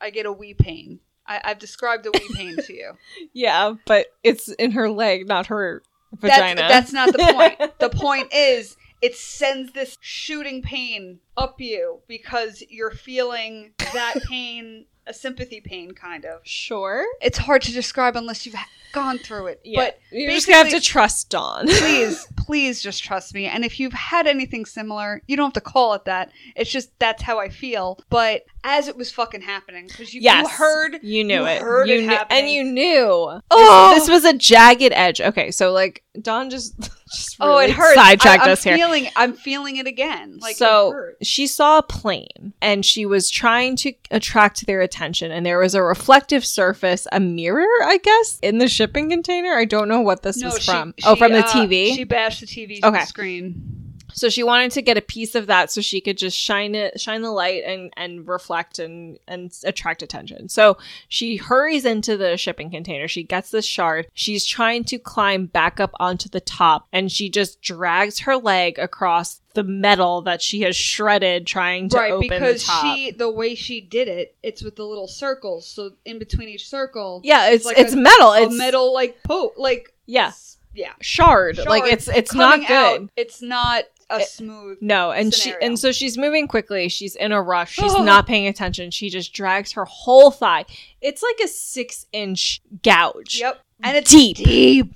I get a wee pain. I, I've described a wee pain
[LAUGHS]
to you.
Yeah, but it's in her leg, not her
That's,
vagina.
that's not the
[LAUGHS]
point. The point is it sends this shooting pain up you because you're feeling
[LAUGHS]
that pain, a sympathy pain, kind of.
sure.
It's hard to describe unless you've ha- gone through it.
Yeah.
But
You're just gonna have to
basically-
trust Dawn. [LAUGHS]
please, please just trust me. And if you've had anything similar, you don't have to call it that. It's just that's how I feel. But as it was fucking happening, because you, you
yes,
heard,
you knew
you
it,
heard it
knew- and
happening.
you knew.
Oh!
this, this was a jagged edge. Okay, so like Dawn just, [LAUGHS] just
oh, it
really
hurts.
Sidetracked
I, am
us here.
feeling, I'm feeling it again. Like
so
it hurt.
she saw a plane and she was trying to attract their attention and there was a reflective surface a mirror i guess in the shipping container i don't know what this was
she-
from oh
she,
from the
uh,
tv
She bashed the TV
Okay.
screen.
So she wanted to get a piece of that so she could just shine it, shine the light, and and reflect and and attract attention. So she hurries into the shipping container. She gets this shard. She's trying to climb back up onto the top, and she just drags her leg across the metal that she has shredded trying to
Right,
open
because
the top.
she the way she did it, it's with the little circles. So in between each circle,
yeah, it's
like
it's metal.
a
It's
metal like po like
yeah
s- yeah.
shard.
Shard
Like it's it's not
Coming
good.
out, it's not a
It-
smooth
No, and she
scenario.
and so she's moving quickly. She's in a rush.
[GASPS]
She's
Oh.
not paying attention. She just drags her whole thigh. It's like a six inch gouge.
Yep. And it's
Deep.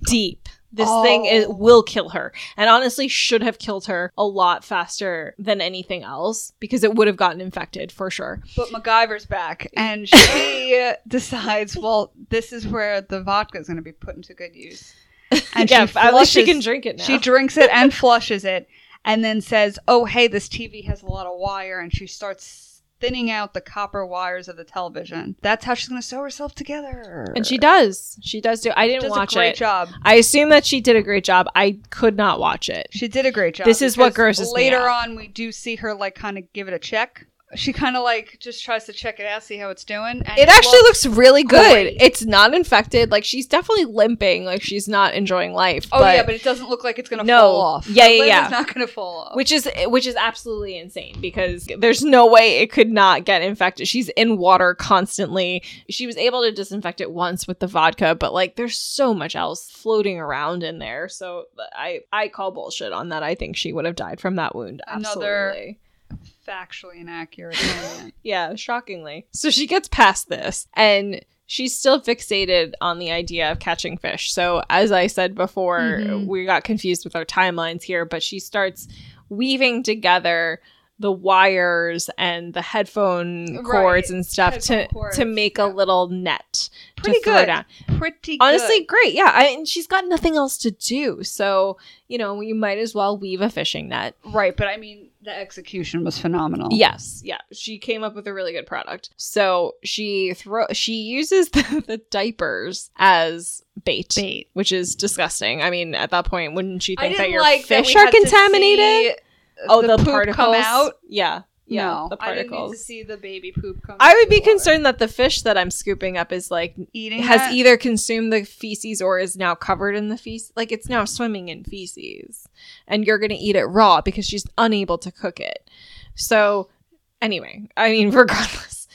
Deep. This
Oh.
thing is, will kill her. And honestly, should have killed her a lot faster than anything else because it would have gotten infected for sure.
But
[LAUGHS]
MacGyver's back, and she decides, well, this is where the vodka is going to be put into
[LAUGHS]
good use. And
yeah,
she
at least she
flushes-
can drink it now.
She drinks it
[LAUGHS]
and flushes it, and then says, oh, hey, this TV has a lot of wire, and she starts thinning out the copper wires of the television. That's how she's going to sew herself together.
and she does. She does do. I didn't
does
watch
a great
it.
job.
I assume that she did a great job. I could not watch it.
She did a great job.
This is what
because
grosses me
Later
out.
on, we do see her like kind of give it a check. She kind of like just tries to check it out, see how it's doing. And
It actually
looks.
looks really good.
great.
It's not infected. Like she's definitely limping. Like she's not enjoying life.
Oh
but,
yeah, but it doesn't look like it's gonna
No.
fall off.
Yeah,
The
yeah,
lid
yeah.
is not gonna fall off.
which is which is absolutely insane because there's no way it could not get infected. She's in water constantly. She was able to disinfect it once with the vodka, but like there's so much else floating around in there. So I I call bullshit on that. I think she would have died from that wound. Absolutely.
Another- factually inaccurate. comment.
Yeah, shockingly. So she gets past this and she's still fixated on the idea of catching fish. So, as I said before,
Mhm.
we got confused with our timelines here, but she starts weaving together the wires and the headphone
Right.
cords and stuff to
Headphone cords,
to make
yeah.
a little net
Pretty
[LAUGHS] to throw
good.
down.
Pretty
Honestly,
good.
great. Yeah, I, and she's got nothing else to do. So, you know, you might as well weave a fishing net.
right? But I mean, the execution was phenomenal.
Yes, yeah. She came up with a really good product. So she throw she uses [LAUGHS] the, the diapers as bait,
Bait.
which is disgusting. I mean, at that point, wouldn't you
I
think that
didn't
your
like that
fish
we
are
had to
contaminated?
see uh,
Oh, the,
poop
particles
come out.
Yeah, yeah,
no,
the
I didn't need to
particles.
see the baby poop come.
I
out
would
of
be
the water.
concerned that the fish that I'm scooping up is like
Eating
has
that?
either consumed the feces or is now covered in the feces. Like it's now swimming in feces, and you're gonna eat it raw because she's unable to cook it. So, anyway, I mean, [LAUGHS] regardless,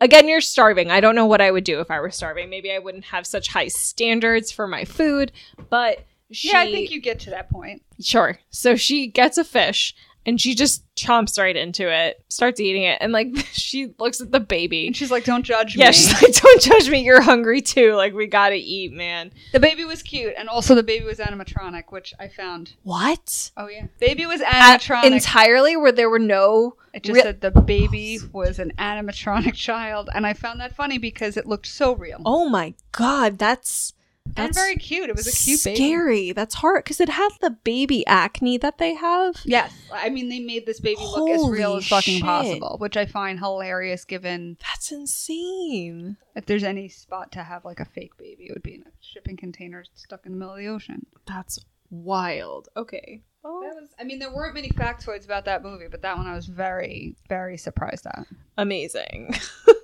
again, you're starving. I don't know what I would do if I were starving. Maybe I wouldn't have such high standards for my food, but she,
yeah, I think you get to that point.
Sure. So she gets a fish and she just chomps right into it, starts eating it, and like [LAUGHS] she looks at the baby.
And she's like, don't judge
Yeah,
me.
she's like, [LAUGHS] "Don't judge me. You're hungry too. Like we gotta eat, man."
the baby was cute, and also the baby was animatronic, which I found.
What?
Oh, yeah. Baby was animatronic.
entirely where there were no.
it just
Re-
said the baby was an animatronic [LAUGHS] child, and I found that funny because it looked so real.
Oh my god, that's
and
that's
very cute. It was a cute
scary.
baby.
That's hard because it had the baby acne that they have.
Yes. I mean, they made this baby look as real
Holy
as fucking
shit.
possible, which I find hilarious given
That's insane.
if there's any spot to have like a fake baby, it would be in a shipping container stuck in the middle of the ocean.
That's wild. Okay.
That
Oh.
was, I mean, there weren't many factoids about that movie, but that one I was very, very surprised at.
Amazing. [LAUGHS]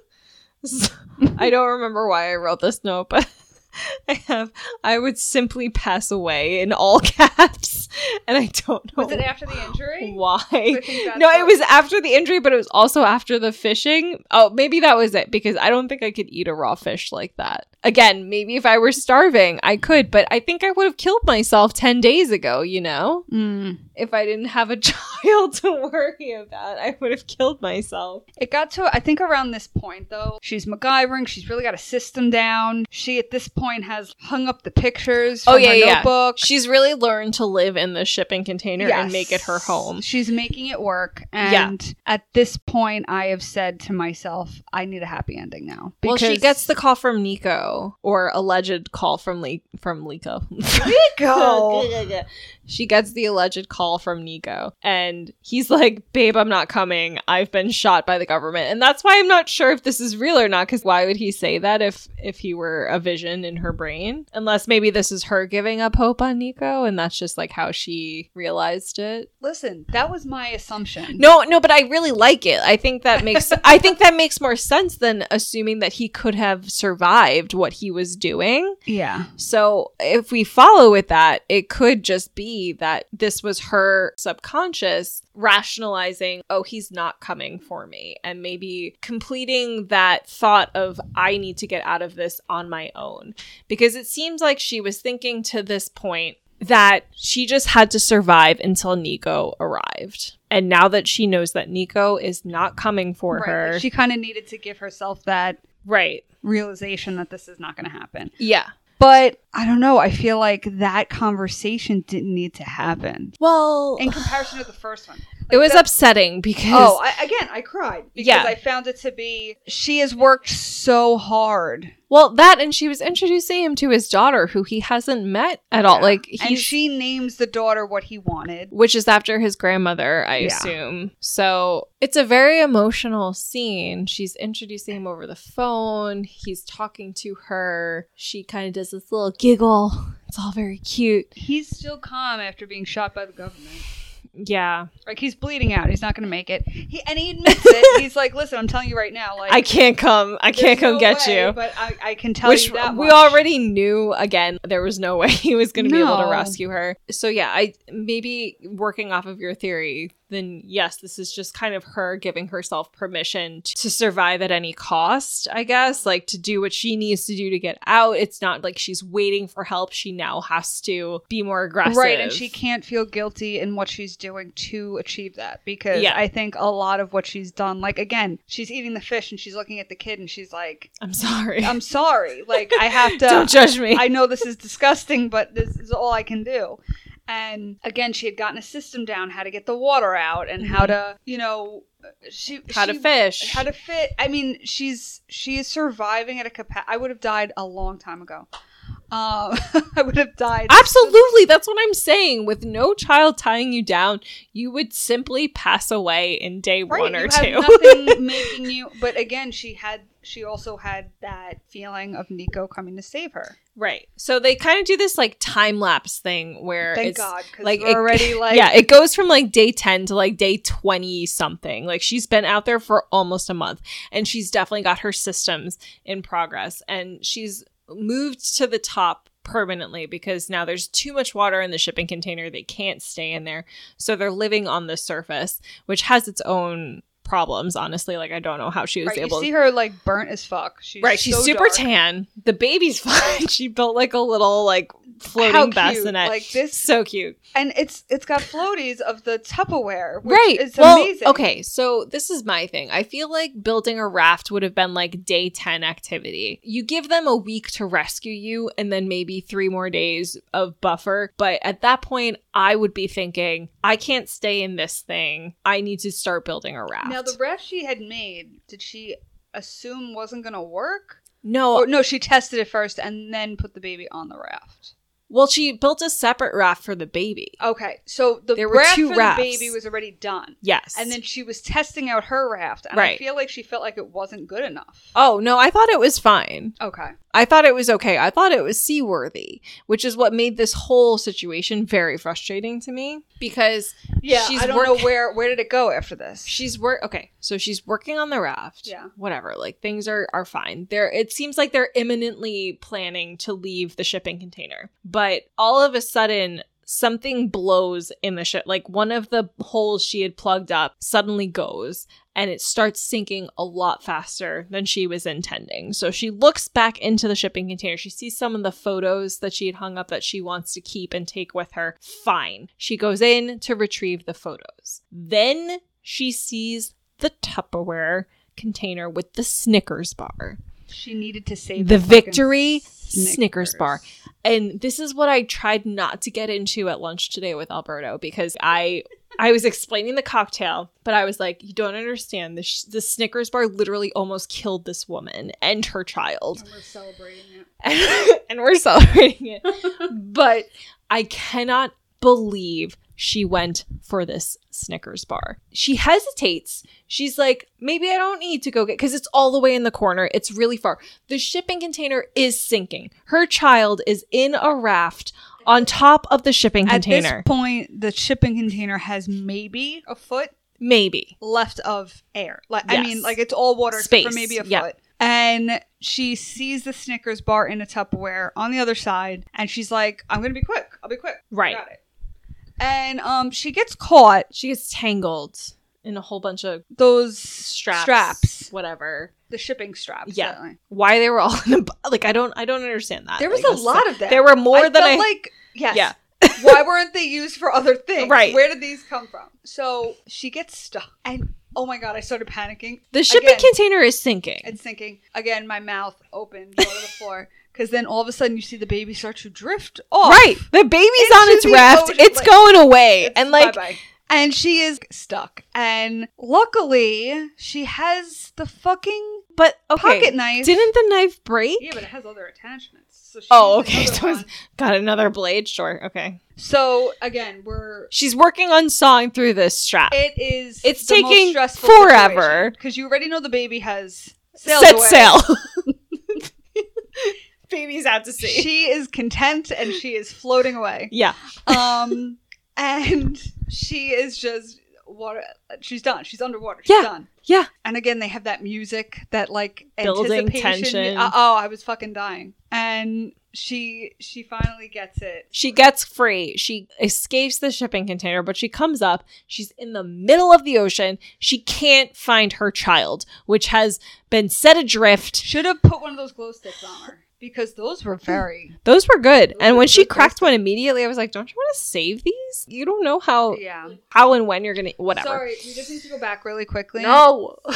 So- I don't remember why I wrote this note, but [LAUGHS] I have. I would simply pass away in all [LAUGHS] caps, and I don't know
Was it after the injury?
why.
I think that's
No,
what-
it was after the injury, but it was also after the fishing. Oh, maybe that was it because I don't think I could eat a raw fish like that. Again, maybe if I were starving, I could, but I think I would have killed myself 10 days ago, you know?
Mm.
If I didn't have a [LAUGHS] child to worry about, I would have killed myself.
It got to, I think, around this point, though. She's MacGyvering. She's really got a system down. She, at this point, has hung up the pictures from
Oh, yeah,
her
yeah, yeah.
notebook.
She's really learned to live in the shipping container and
Yes.
make it her home.
She's making it work.
Yeah.
And at this point, I have said to myself, I need a happy ending now.
Well, she
Because- [LAUGHS]
gets the call from Nico, or alleged call from Le- from [LAUGHS] Lico. she gets the alleged call from Nico, and he's like, "Babe, I'm not coming. I've been shot by the government," and that's why I'm not sure if this is real or not. Because why would he say that if if he were a vision in her brain? Unless maybe this is her giving up hope on Nico, and that's just like how she realized it.
Listen, that was my assumption.
No, no, but I really like it. I think that makes I think that makes more sense than assuming that he could have survived what he was doing.
Yeah.
So if we follow with that, it could just be that this was her subconscious rationalizing, oh, he's not coming for me. And maybe completing that thought of, I need to get out of this on my own. Because it seems like she was thinking to this point that she just had to survive until Nico arrived. And now that she knows that Nico is not coming for
Right, like,
her,
She kind of needed to give herself that
right.
realization that this is not going to happen.
Yeah.
But I don't know. I feel like that conversation didn't need to happen
Well,
in comparison to the first one. Like,
it was
that-
upsetting because
Oh, I, again, I cried because
Yeah.
I found it to be. She has worked so hard.
Well, that and she was introducing him to his daughter, who he hasn't met at all.
Yeah.
Like
and
he's,
she names the daughter what he wanted.
which is after his grandmother, I
Yeah.
assume. So it's a very emotional scene. She's introducing him over the phone. He's talking to her. She kind of does this little giggle. It's all very cute.
He's still calm after being shot by the government.
Yeah,
Like he's bleeding out. He's not going to make it. He and he admits [LAUGHS] it. He's like, "Listen, I'm telling you right now. Like
I can't come. I
there's
can't come
no
get
way,
you.
But I, I can tell
Which
you that
we
much.
already knew again, there was no [LAUGHS] way he was going to be able to
No.
rescue her. So, yeah, I maybe working off of your theory, then yes, this is just kind of her giving herself permission to, to survive at any cost, I guess, like to do what she needs to do to get out. It's not like she's waiting for help. She now has to be more aggressive.
Right, and she can't feel guilty in what she's doing to achieve that because
Yeah.
I think a lot of what she's done, like again, she's eating the fish and she's looking at the kid and she's like,
I'm sorry.
"I'm sorry, like I have
[LAUGHS]
to.
Don't judge me.
Um, I know this is disgusting, but this is all I can do." And again, she had gotten a system down how to get the water out and how to, you know, she
Mm-hmm. how to
she-
fish.
how to fit i mean she's she is surviving at a capacity i would have died a long time ago um [LAUGHS] i would have died
Absolutely. That's what I'm saying. With no child tying you down, you would simply pass away in day
Right,
one or
you
two.
have nothing making you but again she had she also had that feeling of nico coming to save her
[LAUGHS] right. So they kind of do this like time lapse thing where
thank
it's
god because
like,
we're
it- [LAUGHS]
already like
yeah, it goes from like day 10 to like day 20 something. Like she's been out there for almost a month and she's definitely got her systems in progress and she's moved to the top permanently because now there's too much water in the shipping container. They can't stay in there. So they're living on the surface, which has its own problems, honestly. Like, I don't know how she was
Right,
able
you see her like burnt as fuck. She's
Right, she's
so
super
dark.
tan. The baby's [LAUGHS] fine. she built like a little like floating
How cute.
bassinet.
Like this,
so cute.
and it's it's got floaties of the Tupperware, which
right.
Is
well,
amazing.
okay. So this is my thing. I feel like building a raft would have been like day 10 activity. You give them a week to rescue you and then maybe three more days of buffer. But at that point, I would be thinking, I can't stay in this thing. I need to start building a raft.
Now the raft she had made, did she assume wasn't gonna work?
no,
Or no, she tested it first and then put the baby on the raft.
well, she built a separate raft for the baby.
Okay, so the
There were
raft
two
for
rafts.
the baby was already done,
Yes.
and then she was testing out her raft, and I
Right.
feel like she felt like it wasn't good enough.
Oh, no, I thought it was fine.
Okay,
I thought it was okay. I thought it was seaworthy, which is what made this whole situation very frustrating to me because
yeah,
She's
I don't
work-
know where where did it go after this.
she's work okay, so she's working on the raft.
Yeah.
Whatever. Like things are are fine. There it seems like they're imminently planning to leave the shipping container. But all of a sudden something blows in the ship. Like one of the holes she had plugged up suddenly goes and it starts sinking a lot faster than she was intending. So she looks back into the shipping container. She sees some of the photos that she had hung up that she wants to keep and take with her. Fine. She goes in to retrieve the photos. Then she sees the Tupperware container with the Snickers bar.
she needed to save
The
that fucking
victory Snickers bar. And this is what I tried not to get into at lunch today with Alberto because I I was explaining the cocktail, but I was like, you don't understand. The, sh- the Snickers bar literally almost killed this woman and her child. [LAUGHS]
And we're celebrating [LAUGHS] it.
And, and we're celebrating it. but I cannot believe she went for this Snickers bar. She hesitates. She's like, maybe I don't need to go get because it's all the way in the corner. It's really far. The shipping container is sinking. Her child is in a raft on top of the shipping
At
container.
this point, the shipping container has maybe a foot
maybe.
left of air. Like I mean,
Yes.
like it's all water except
Space,
for maybe a
yeah.
foot. And she sees the Snickers bar in a Tupperware on the other side, and she's like, "I'm gonna be quick. I'll be quick.
Right.
Got it." And um, she gets caught
She gets tangled in a whole bunch of
those
straps.
straps,
Whatever.
the shipping straps.
Yeah.
certainly.
Why they were all in a bu- like I don't I don't understand that.
there was
Like,
a lot of them.
There were more
I
than
felt
I
like. Yes.
Yeah.
[LAUGHS] Why weren't they used for other things?
Right.
Where did these come from? So she gets stuck, and oh my god, I started panicking.
The shipping
Again.
container is sinking.
and sinking. Again, my mouth opened over the floor [LAUGHS] because then all of a sudden you see the baby start to drift off.
Right. The baby's on
Into
its
the
raft.
ocean,
It's
like-
going away.
It's-
and like
bye-bye. and she is stuck. And luckily, she has the fucking
but okay.
pocket knife.
Didn't the knife break?
yeah, but it has other attachments. So she
Oh,
used
okay. [LAUGHS]
another
So it's-
one.
Got another blade? Sure. Okay.
so again, we're
She's working on sawing through this strap.
it is
It's
the most
taking
stressful
forever.
because you already know the baby has sailed
Set
away.
sail.
[LAUGHS]
[LAUGHS] Baby's out to sea.
She is content and she is floating
[LAUGHS]
away.
yeah.
um and she is just water she's done she's underwater she's
Yeah,
done
yeah.
and again they have that music that like
Building
anticipation-
tension.
Uh, oh i was fucking dying and she she finally gets it
She gets free. She escapes the shipping container, but she comes up. She's in the middle of the ocean. She can't find her child, which has been set adrift
should have put one of those glow sticks on her because those were very
Those were good.
Those
And
were
when she
good
cracked one immediately, I was like, "Don't you want to save these? You don't know how
yeah
how and when you're going to Oh, whatever."
sorry we just need to go back really quickly
No. [LAUGHS]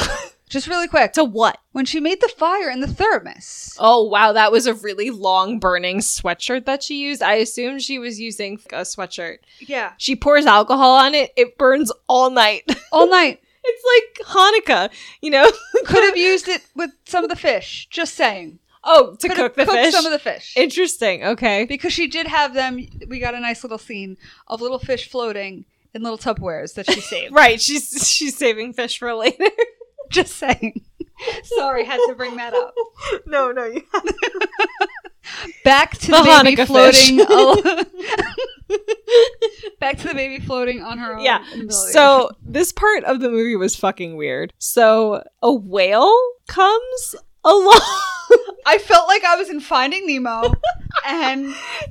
just really quick
to what?
when she made the fire in the thermos
Oh, wow, that was a really long burning sweatshirt that she used. I assume she was using a sweatshirt.
yeah
She pours alcohol on it. It burns all night. [LAUGHS]
all night
it's like Hanukkah, you know? [LAUGHS]
could have used it with some of the fish just saying
Oh, to
Could have
cook the
cooked
fish.
some of the fish
Interesting. Okay.
because she did have them. We got a nice little scene of little fish floating in little Tupperwares that she
[LAUGHS]
saved.
Right, she's she's saving fish for [LAUGHS] later.
Just saying. Sorry, had to bring that up.
no, no, you
Back to
The
the, baby
Hanukkah [LAUGHS]
floating.
fish.
al- [LAUGHS] Back to the baby floating on her own.
Yeah,
in the middle of the
So this part of the movie was fucking weird. So a whale comes along. [LAUGHS]
ocean. I felt like I was in Finding Nemo, and
I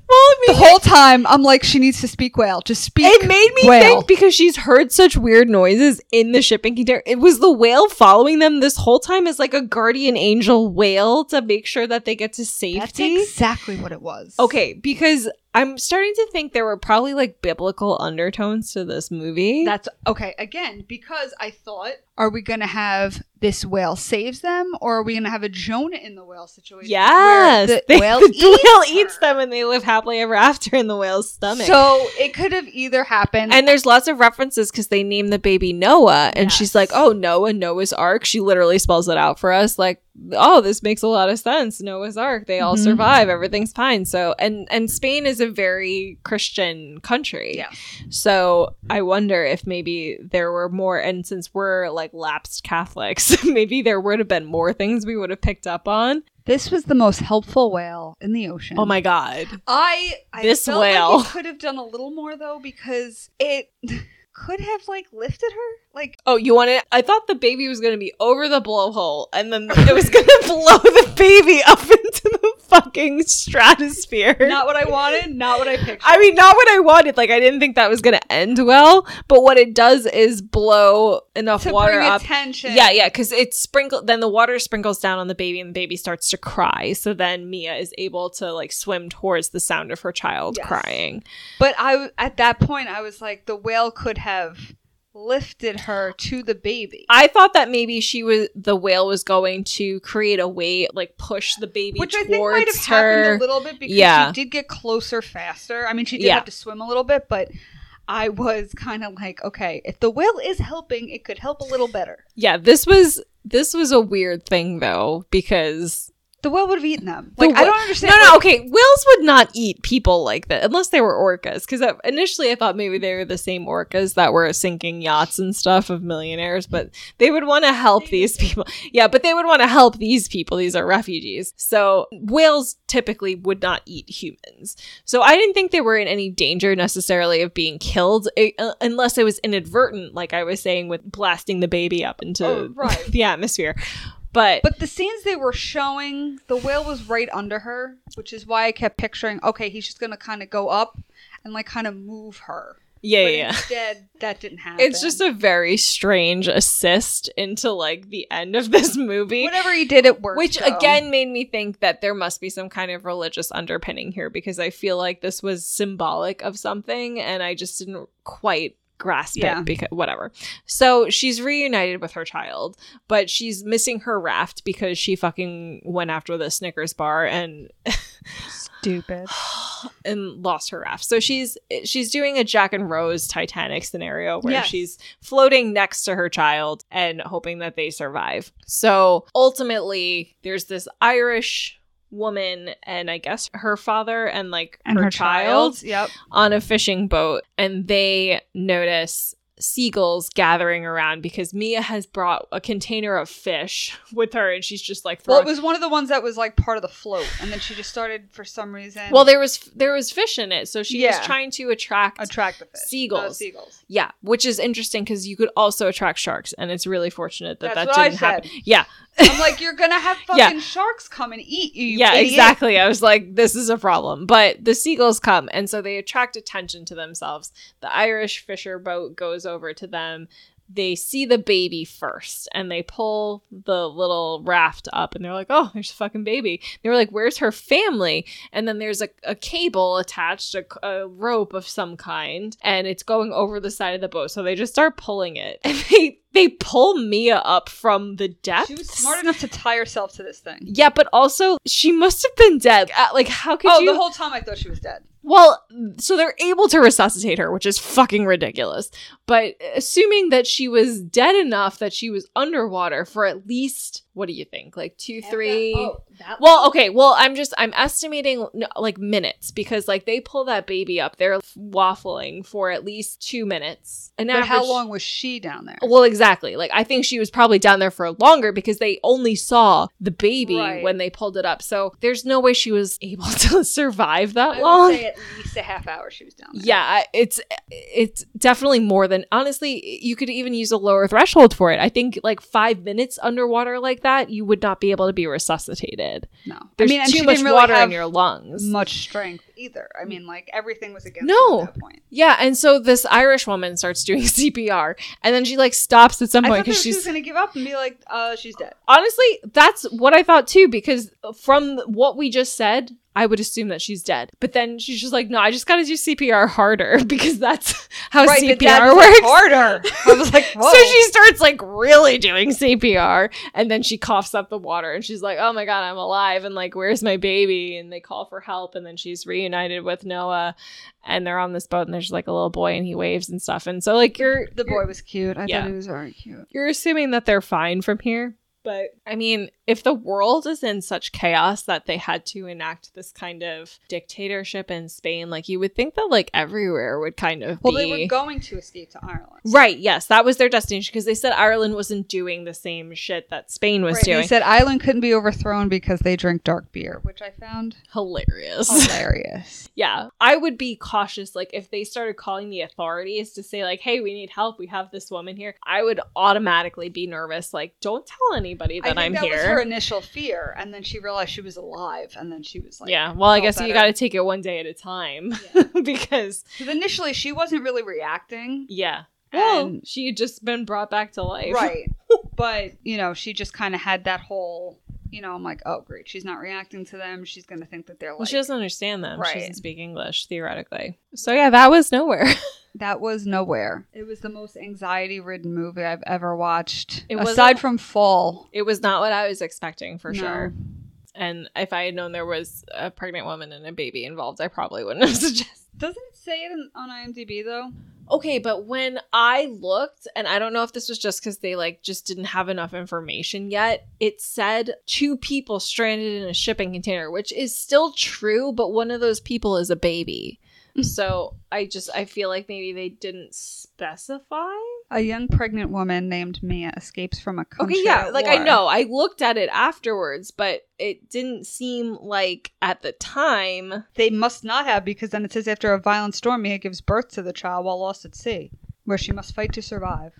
the
mean,
whole time I'm like, she needs to speak whale. Just speak.
it made me
whale.
think because she's heard such weird noises in the shipping container. It was the whale following them this whole time as like a guardian angel whale to make sure that they get to
That's
safety.
exactly what it was.
okay, because I'm starting to think there were probably like biblical undertones to this movie.
That's okay. Again, because I thought, are we going to have this whale saves them, or are we going to have a Jonah in the whale situation?
yes,
where the
They- [LAUGHS]
whale,
the
eats,
whale eats
her?
them and they live happily ever after in the whale's stomach.
So it could have either happened.
And there's lots of references because they name the baby Noah, and she's
Yes.
like, "Oh, Noah, Noah's Ark." She literally spells it out for us, like, "Oh, this makes a lot of sense. Noah's Ark. They all
Mhm.
survive. Everything's fine." So, and and Spain is a very Christian country,
yeah,
so I wonder if maybe there were more. And since we're like lapsed Catholics, [LAUGHS] maybe there would have been more things we would have picked up on.
this was the most helpful whale in the ocean.
Oh my God!
I, I
This
felt like
whale.
it could have done a little more though because it [LAUGHS] could have like lifted her. Like
Oh, you wanted? I thought the baby was going to be over the blowhole, and then it was going to [LAUGHS] blow the baby up [LAUGHS] into the fucking stratosphere.
not what I wanted, not what I pictured.
[LAUGHS] I mean, not what I wanted. Like, I didn't think that was going to end well. But what it does is blow enough
to
water
bring
up.
attention.
Yeah, yeah, because it sprinkle. Then the water sprinkles down on the baby, and the baby starts to cry. So then Mia is able to like swim towards the sound of her child
Yes.
crying.
But I at that point I was like the whale could have lifted her to the baby.
I thought that maybe she was the whale was going to create a way, like push the baby
which I
towards
think might have
her.
happened a little bit because
Yeah.
she did get closer faster. I mean, she did
Yeah.
have to swim a little bit, but I was kind of like, okay, if the whale is helping, it could help a little better.
Yeah, this was this was a weird thing though because
The whale would have eaten them.
The
Like I
whale-
don't understand.
no,
like-
no, okay, whales would not eat people like that unless they were orcas. Because initially I thought maybe they were the same orcas that were sinking yachts and stuff of millionaires, but they would want to help these people. Yeah, but they would want to help these people. These are refugees, so whales typically would not eat humans. So I didn't think they were in any danger necessarily of being killed, eh, uh, unless it was inadvertent, like I was saying with blasting the baby up into
Oh, right.
[LAUGHS] the atmosphere. But,
But the scenes they were showing, the whale was right under her, which is why I kept picturing, okay, he's just gonna kind of go up and like kind of move her.
yeah, yeah,
but
yeah.
instead, that didn't happen.
It's just a very strange assist into like the end of this [LAUGHS] movie.
whatever he did, it worked.
Which
though.
again made me think that there must be some kind of religious underpinning here because I feel like this was symbolic of something and I just didn't quite grasp
Yeah.
it because whatever. So she's reunited with her child, but she's missing her raft because she fucking went after the Snickers bar and
stupid.
[SIGHS] and lost her raft. So she's she's doing a Jack and Rose Titanic scenario where
Yes.
she's floating next to her child and hoping that they survive. So ultimately, there's this Irish woman and I guess her father and like her, child
Yep.
on a fishing boat and they notice seagulls gathering around because Mia has brought a container of fish with her and she's just like
Well,
throwing
it was one of the ones that was like part of the float, and then she just started for some reason.
well there was there was fish in it so she
Yeah.
was trying to attract
attract the fish.
Seagulls.
Uh, seagulls.
Yeah, which is interesting because you could also attract sharks, and it's really fortunate that that
That's what I
didn't happen. Yeah,
I'm like, you're gonna have
[LAUGHS] Yeah.
fucking sharks come and eat you. you
yeah,
idiot."
exactly. I was like, this is a problem. But the seagulls come, and so they attract attention to themselves. The Irish fisher boat goes over to them. They see the baby first, and they pull the little raft up, and they're like, "Oh, there's a fucking baby." They were like, "Where's her family?" And then there's a, a cable attached, a, a rope of some kind, and it's going over the side of the boat. So they just start pulling it, [LAUGHS] and they they pull Mia up from the depths.
She was smart enough to tie herself to this thing.
Yeah, but also she must have been dead. Uh, Like, how could
oh,
you?
the whole time I thought she was dead.
well, so they're able to resuscitate her, which is fucking ridiculous. But assuming that she was dead enough that she was underwater for at least what do you think, like two, three?
Oh, that
Well, okay. Well, I'm just I'm estimating no, like minutes because like they pull that baby up, they're waffling for at least two minutes. And
But how long was she down there?
Well, exactly. Like I think she was probably down there for longer because they only saw the baby
Right.
when they pulled it up. So there's no way she was [LAUGHS] able to survive that
I would
long.
say at least a half hour she was down there.
Yeah, I- it's it's definitely more than honestly. You could even use a lower threshold for it. I think like five minutes underwater like that, you would not be able to be resuscitated. kid.
No,
There's
I mean, and she
too much
didn't really
water in
have
your lungs.
much strength either. I mean, like everything was against
No.
her at that point.
yeah, and so this Irish woman starts doing [LAUGHS] CPR, and then she like stops at some
I
point
thought that
because
she was
she's
going to give up and be like, "Uh, she's dead."
honestly that's what I thought too. Because from what we just said, I would assume that she's dead. But then she's just like, no, I just got to do CPR harder [LAUGHS] because that's how
but that
CPR
was
works. [LAUGHS]
harder. I was like, "Whoa!"
So she starts like really doing CPR and then she coughs up the water and she's like, "Oh my god, I'm alive." And like, "Where's my baby?" and they call for help and then she's reunited with Noah and they're on this boat and there's like a little boy and he waves and stuff. And so like you're
the boy was cute. I
Yeah.
thought he was very cute.
you're assuming that they're fine from here. But I mean, if the world is in such chaos that they had to enact this kind of dictatorship in Spain, like you would think that like everywhere would kind of
Well,
be
they were going to escape to Ireland.
Right, yes, that was their destination because they said Ireland wasn't doing the same shit that Spain was
Right,
doing.
They said Ireland couldn't be overthrown because they drink dark beer, which I found
Hilarious.
Oh. hilarious.
[LAUGHS] yeah, I would be cautious. Like, if they started calling the authorities to say, like, hey, we need help, we have this woman here, I would automatically be nervous. Like, don't tell anybody
I
that
think
I'm
that
here.
was her initial fear, and then she realized she was alive, and then she was like,
yeah, well, I
felt
guess you
better.
got to take it one day at a time
Yeah.
[LAUGHS] because,
'Cause initially she wasn't really reacting,
yeah. Well,
And-
she had just been brought back to life.
right? but you know, she just kind of had that whole, you know, I'm like, oh great, she's not reacting to them. She's gonna think that they're like.
[LAUGHS] Well, she doesn't understand them. She
Right.
doesn't speak English, theoretically. So, yeah, that was nowhere. [LAUGHS]
That was nowhere. It was the most anxiety-ridden movie I've ever watched,
It wasn't-
aside from Fall.
It was not what I was expecting for
No.
sure. And if I had known there was a pregnant woman and a baby involved, I probably wouldn't have [LAUGHS] suggested.
Doesn't it say it in- on IMDb though?
Okay, but when I looked, and I don't know if this was just because they like just didn't have enough information yet, it said two people stranded in a shipping container, which is still true, but one of those people is a baby.
Hmm.
so I just I feel like maybe they didn't specify.
A young pregnant woman named Mia escapes from a country.
Okay, yeah,
at
like I
war.
know. I looked at it afterwards, but it didn't seem like at the time
They must not have because then it says after a violent storm, Mia gives birth to the child while lost at sea, where she must fight to survive.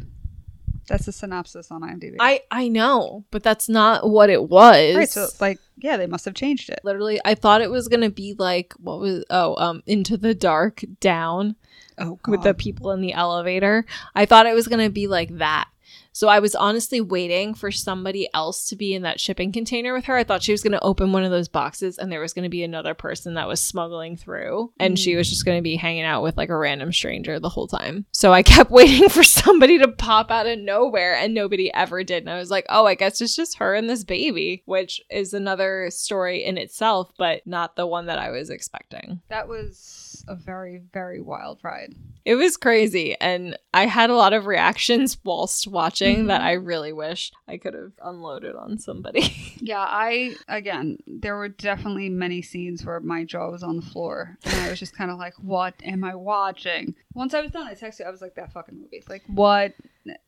That's the synopsis on IMDb.
I I know, but that's not what it was.
right, so like yeah, they must have changed it.
Literally, I thought it was gonna be like what was oh um into the dark down
Oh
with the people in the elevator. I thought it was gonna be like that. So I was honestly waiting for somebody else to be in that shipping container with her. I thought she was gonna open one of those boxes and there was gonna be another person that was smuggling through, and she was just gonna be hanging out with like a random stranger the whole time. So I [LAUGHS] kept waiting for somebody to pop out of nowhere, and nobody ever did. And I was like, oh, I guess it's just her and this baby, which is another story in itself, but not the one that I was expecting.
that was a very very wild ride.
It was crazy, and I had a lot of reactions whilst watching
Mhm.
that I really wish I could have unloaded on somebody.
Yeah, I again, there were definitely many scenes where my jaw was on the floor, and I was just kind of like, "What am I watching?" Once I was done, I texted. you, I was like, "That fucking movie." Like what?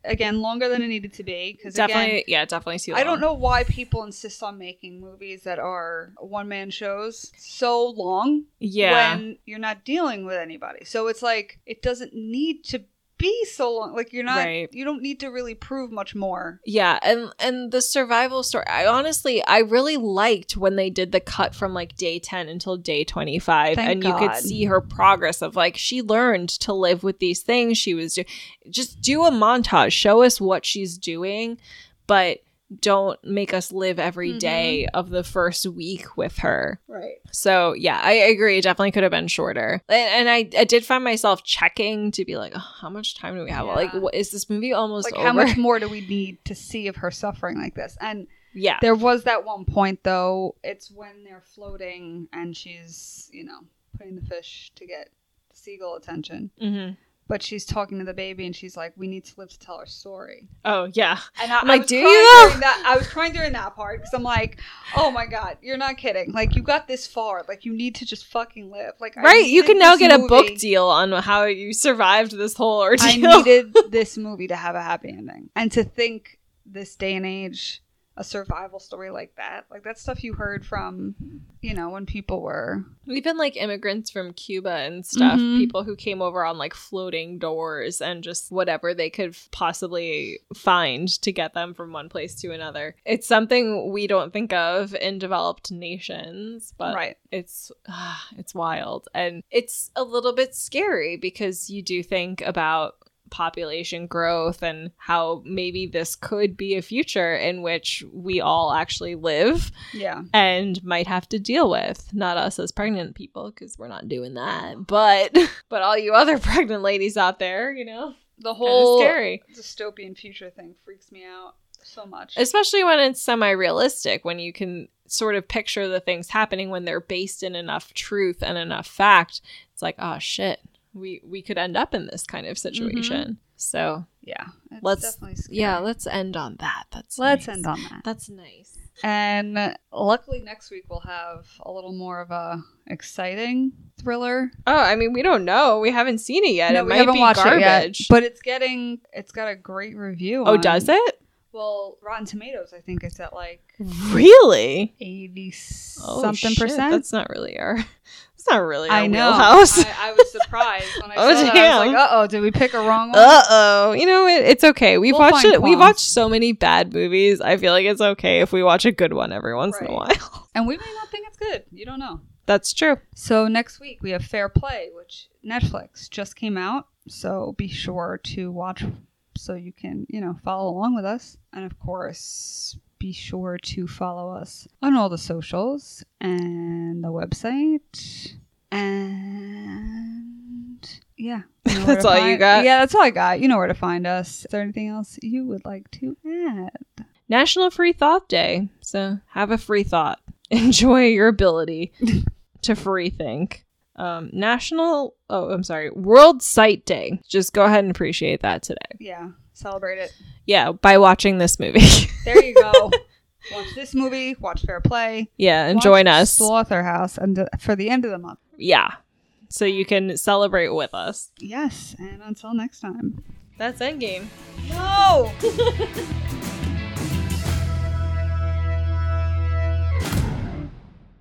Again, longer than it needed to be
[LAUGHS]
because
definitely, yeah, definitely too.
I don't
long.
know why people insist on making movies that are one man shows so long
Yeah,
when you're not dealing with anybody. So it's like it doesn't need to be so long. Like you're not
Right.
you don't need to really prove much more.
yeah, and and the survival story. I honestly, I really liked when they did the cut from like day ten until day twenty five, and
Thank
you could
God.
see her progress of like she learned to live with these things she was doing. Just do a montage, show us what she's doing, but don't make us live every
Mhm.
day of the first week with her.
Right.
So yeah, I agree. It definitely could have been shorter. And, and I, I did find myself checking to be like, oh, how much time do we have?
Yeah.
Like, what, is this movie almost
Like
over?
how
[LAUGHS]
much more do we need to see of her suffering like this? And
yeah.
there was that one point though, it's when they're floating and she's, you know, putting the fish to get the seagull attention.
hmm
But she's talking to the baby and she's like, We need to live to tell our story.
Oh yeah.
And I,
I'm
I
like,
was
"Do
crying
you?"
during that, I was crying during that part because I'm like, oh my god, you're not kidding. Like you got this far. Like you need to just fucking live. Like I
Right. You
needed
can now
this
get a book
movie-
deal on how you survived this whole [LAUGHS] ordeal.
I needed this movie to have a happy ending, and to think this day and age a survival story like that. Like that's stuff you heard from, you know, when people were
Even like immigrants from Cuba and stuff,
Mhm.
people who came over on like floating doors and just whatever they could possibly find to get them from one place to another. It's something we don't think of in developed nations, but
right.
it's ah, it's wild and it's a little bit scary because you do think about population growth and how maybe this could be a future in which we all actually live
Yeah.
and might have to deal with not us as pregnant people because we're not doing that but [LAUGHS] but all you other [LAUGHS] pregnant ladies out there you know
The
kinda
whole
scary
dystopian future thing freaks me out so much.
especially when it's semi-realistic when you can sort of picture the things happening when they're based in enough truth and enough fact it's like oh shit we we could end up in this kind of
Mm-hmm.
situation so
yeah. It's
Let's-
definitely scary.
yeah let's end on that that's
Let's
nice.
end on that.
that's nice
And luckily next week we'll have a little more of a exciting thriller.
oh i mean we don't know we haven't seen it yet
No,
it
we
might
haven't
be
watched it yet,
garbage
but it's getting it's got a great review.
oh
on-
does it
Well, Rotten Tomatoes, I think it's at like
really
eighty something
Something
percent.
That's not really our. [LAUGHS] It's not really. Our
I know.
Wheelhouse.
I, I was surprised when I
[LAUGHS] Oh,
saw that. I was
damn.
like, uh oh, did we pick a wrong one?
Uh oh. You know it, it's okay. We've
We'll
watched
find
it. We've
qualms.
watched so many bad movies. I feel like it's okay if we watch a good one every once in a
Right.
while. [LAUGHS]
and we may not think it's good. You don't know.
That's true.
So next week we have Fair Play, which Netflix just came out. So be sure to watch so you can, you know, follow along with us. And of course, be sure to follow us on all the socials and the website. And yeah. you
[LAUGHS]
know where
That's
to
all you
find-
got?
Yeah, that's all I got. You know where to find us. Is there anything else you would like to add?
National Free Thought Day. So have a free thought. [LAUGHS] Enjoy your
[LAUGHS]
ability to free think. Um, National. Oh, I'm sorry. World Sight Day. Just go ahead and appreciate that today.
Yeah, celebrate it.
Yeah, by watching this movie. [LAUGHS]
There you go. watch this movie, watch Fair Play.
yeah, and
Watch
join us.
Slaughterhouse and uh, for the end of the month.
Yeah. So you can celebrate with us.
Yes, and until next time.
That's Endgame.
No.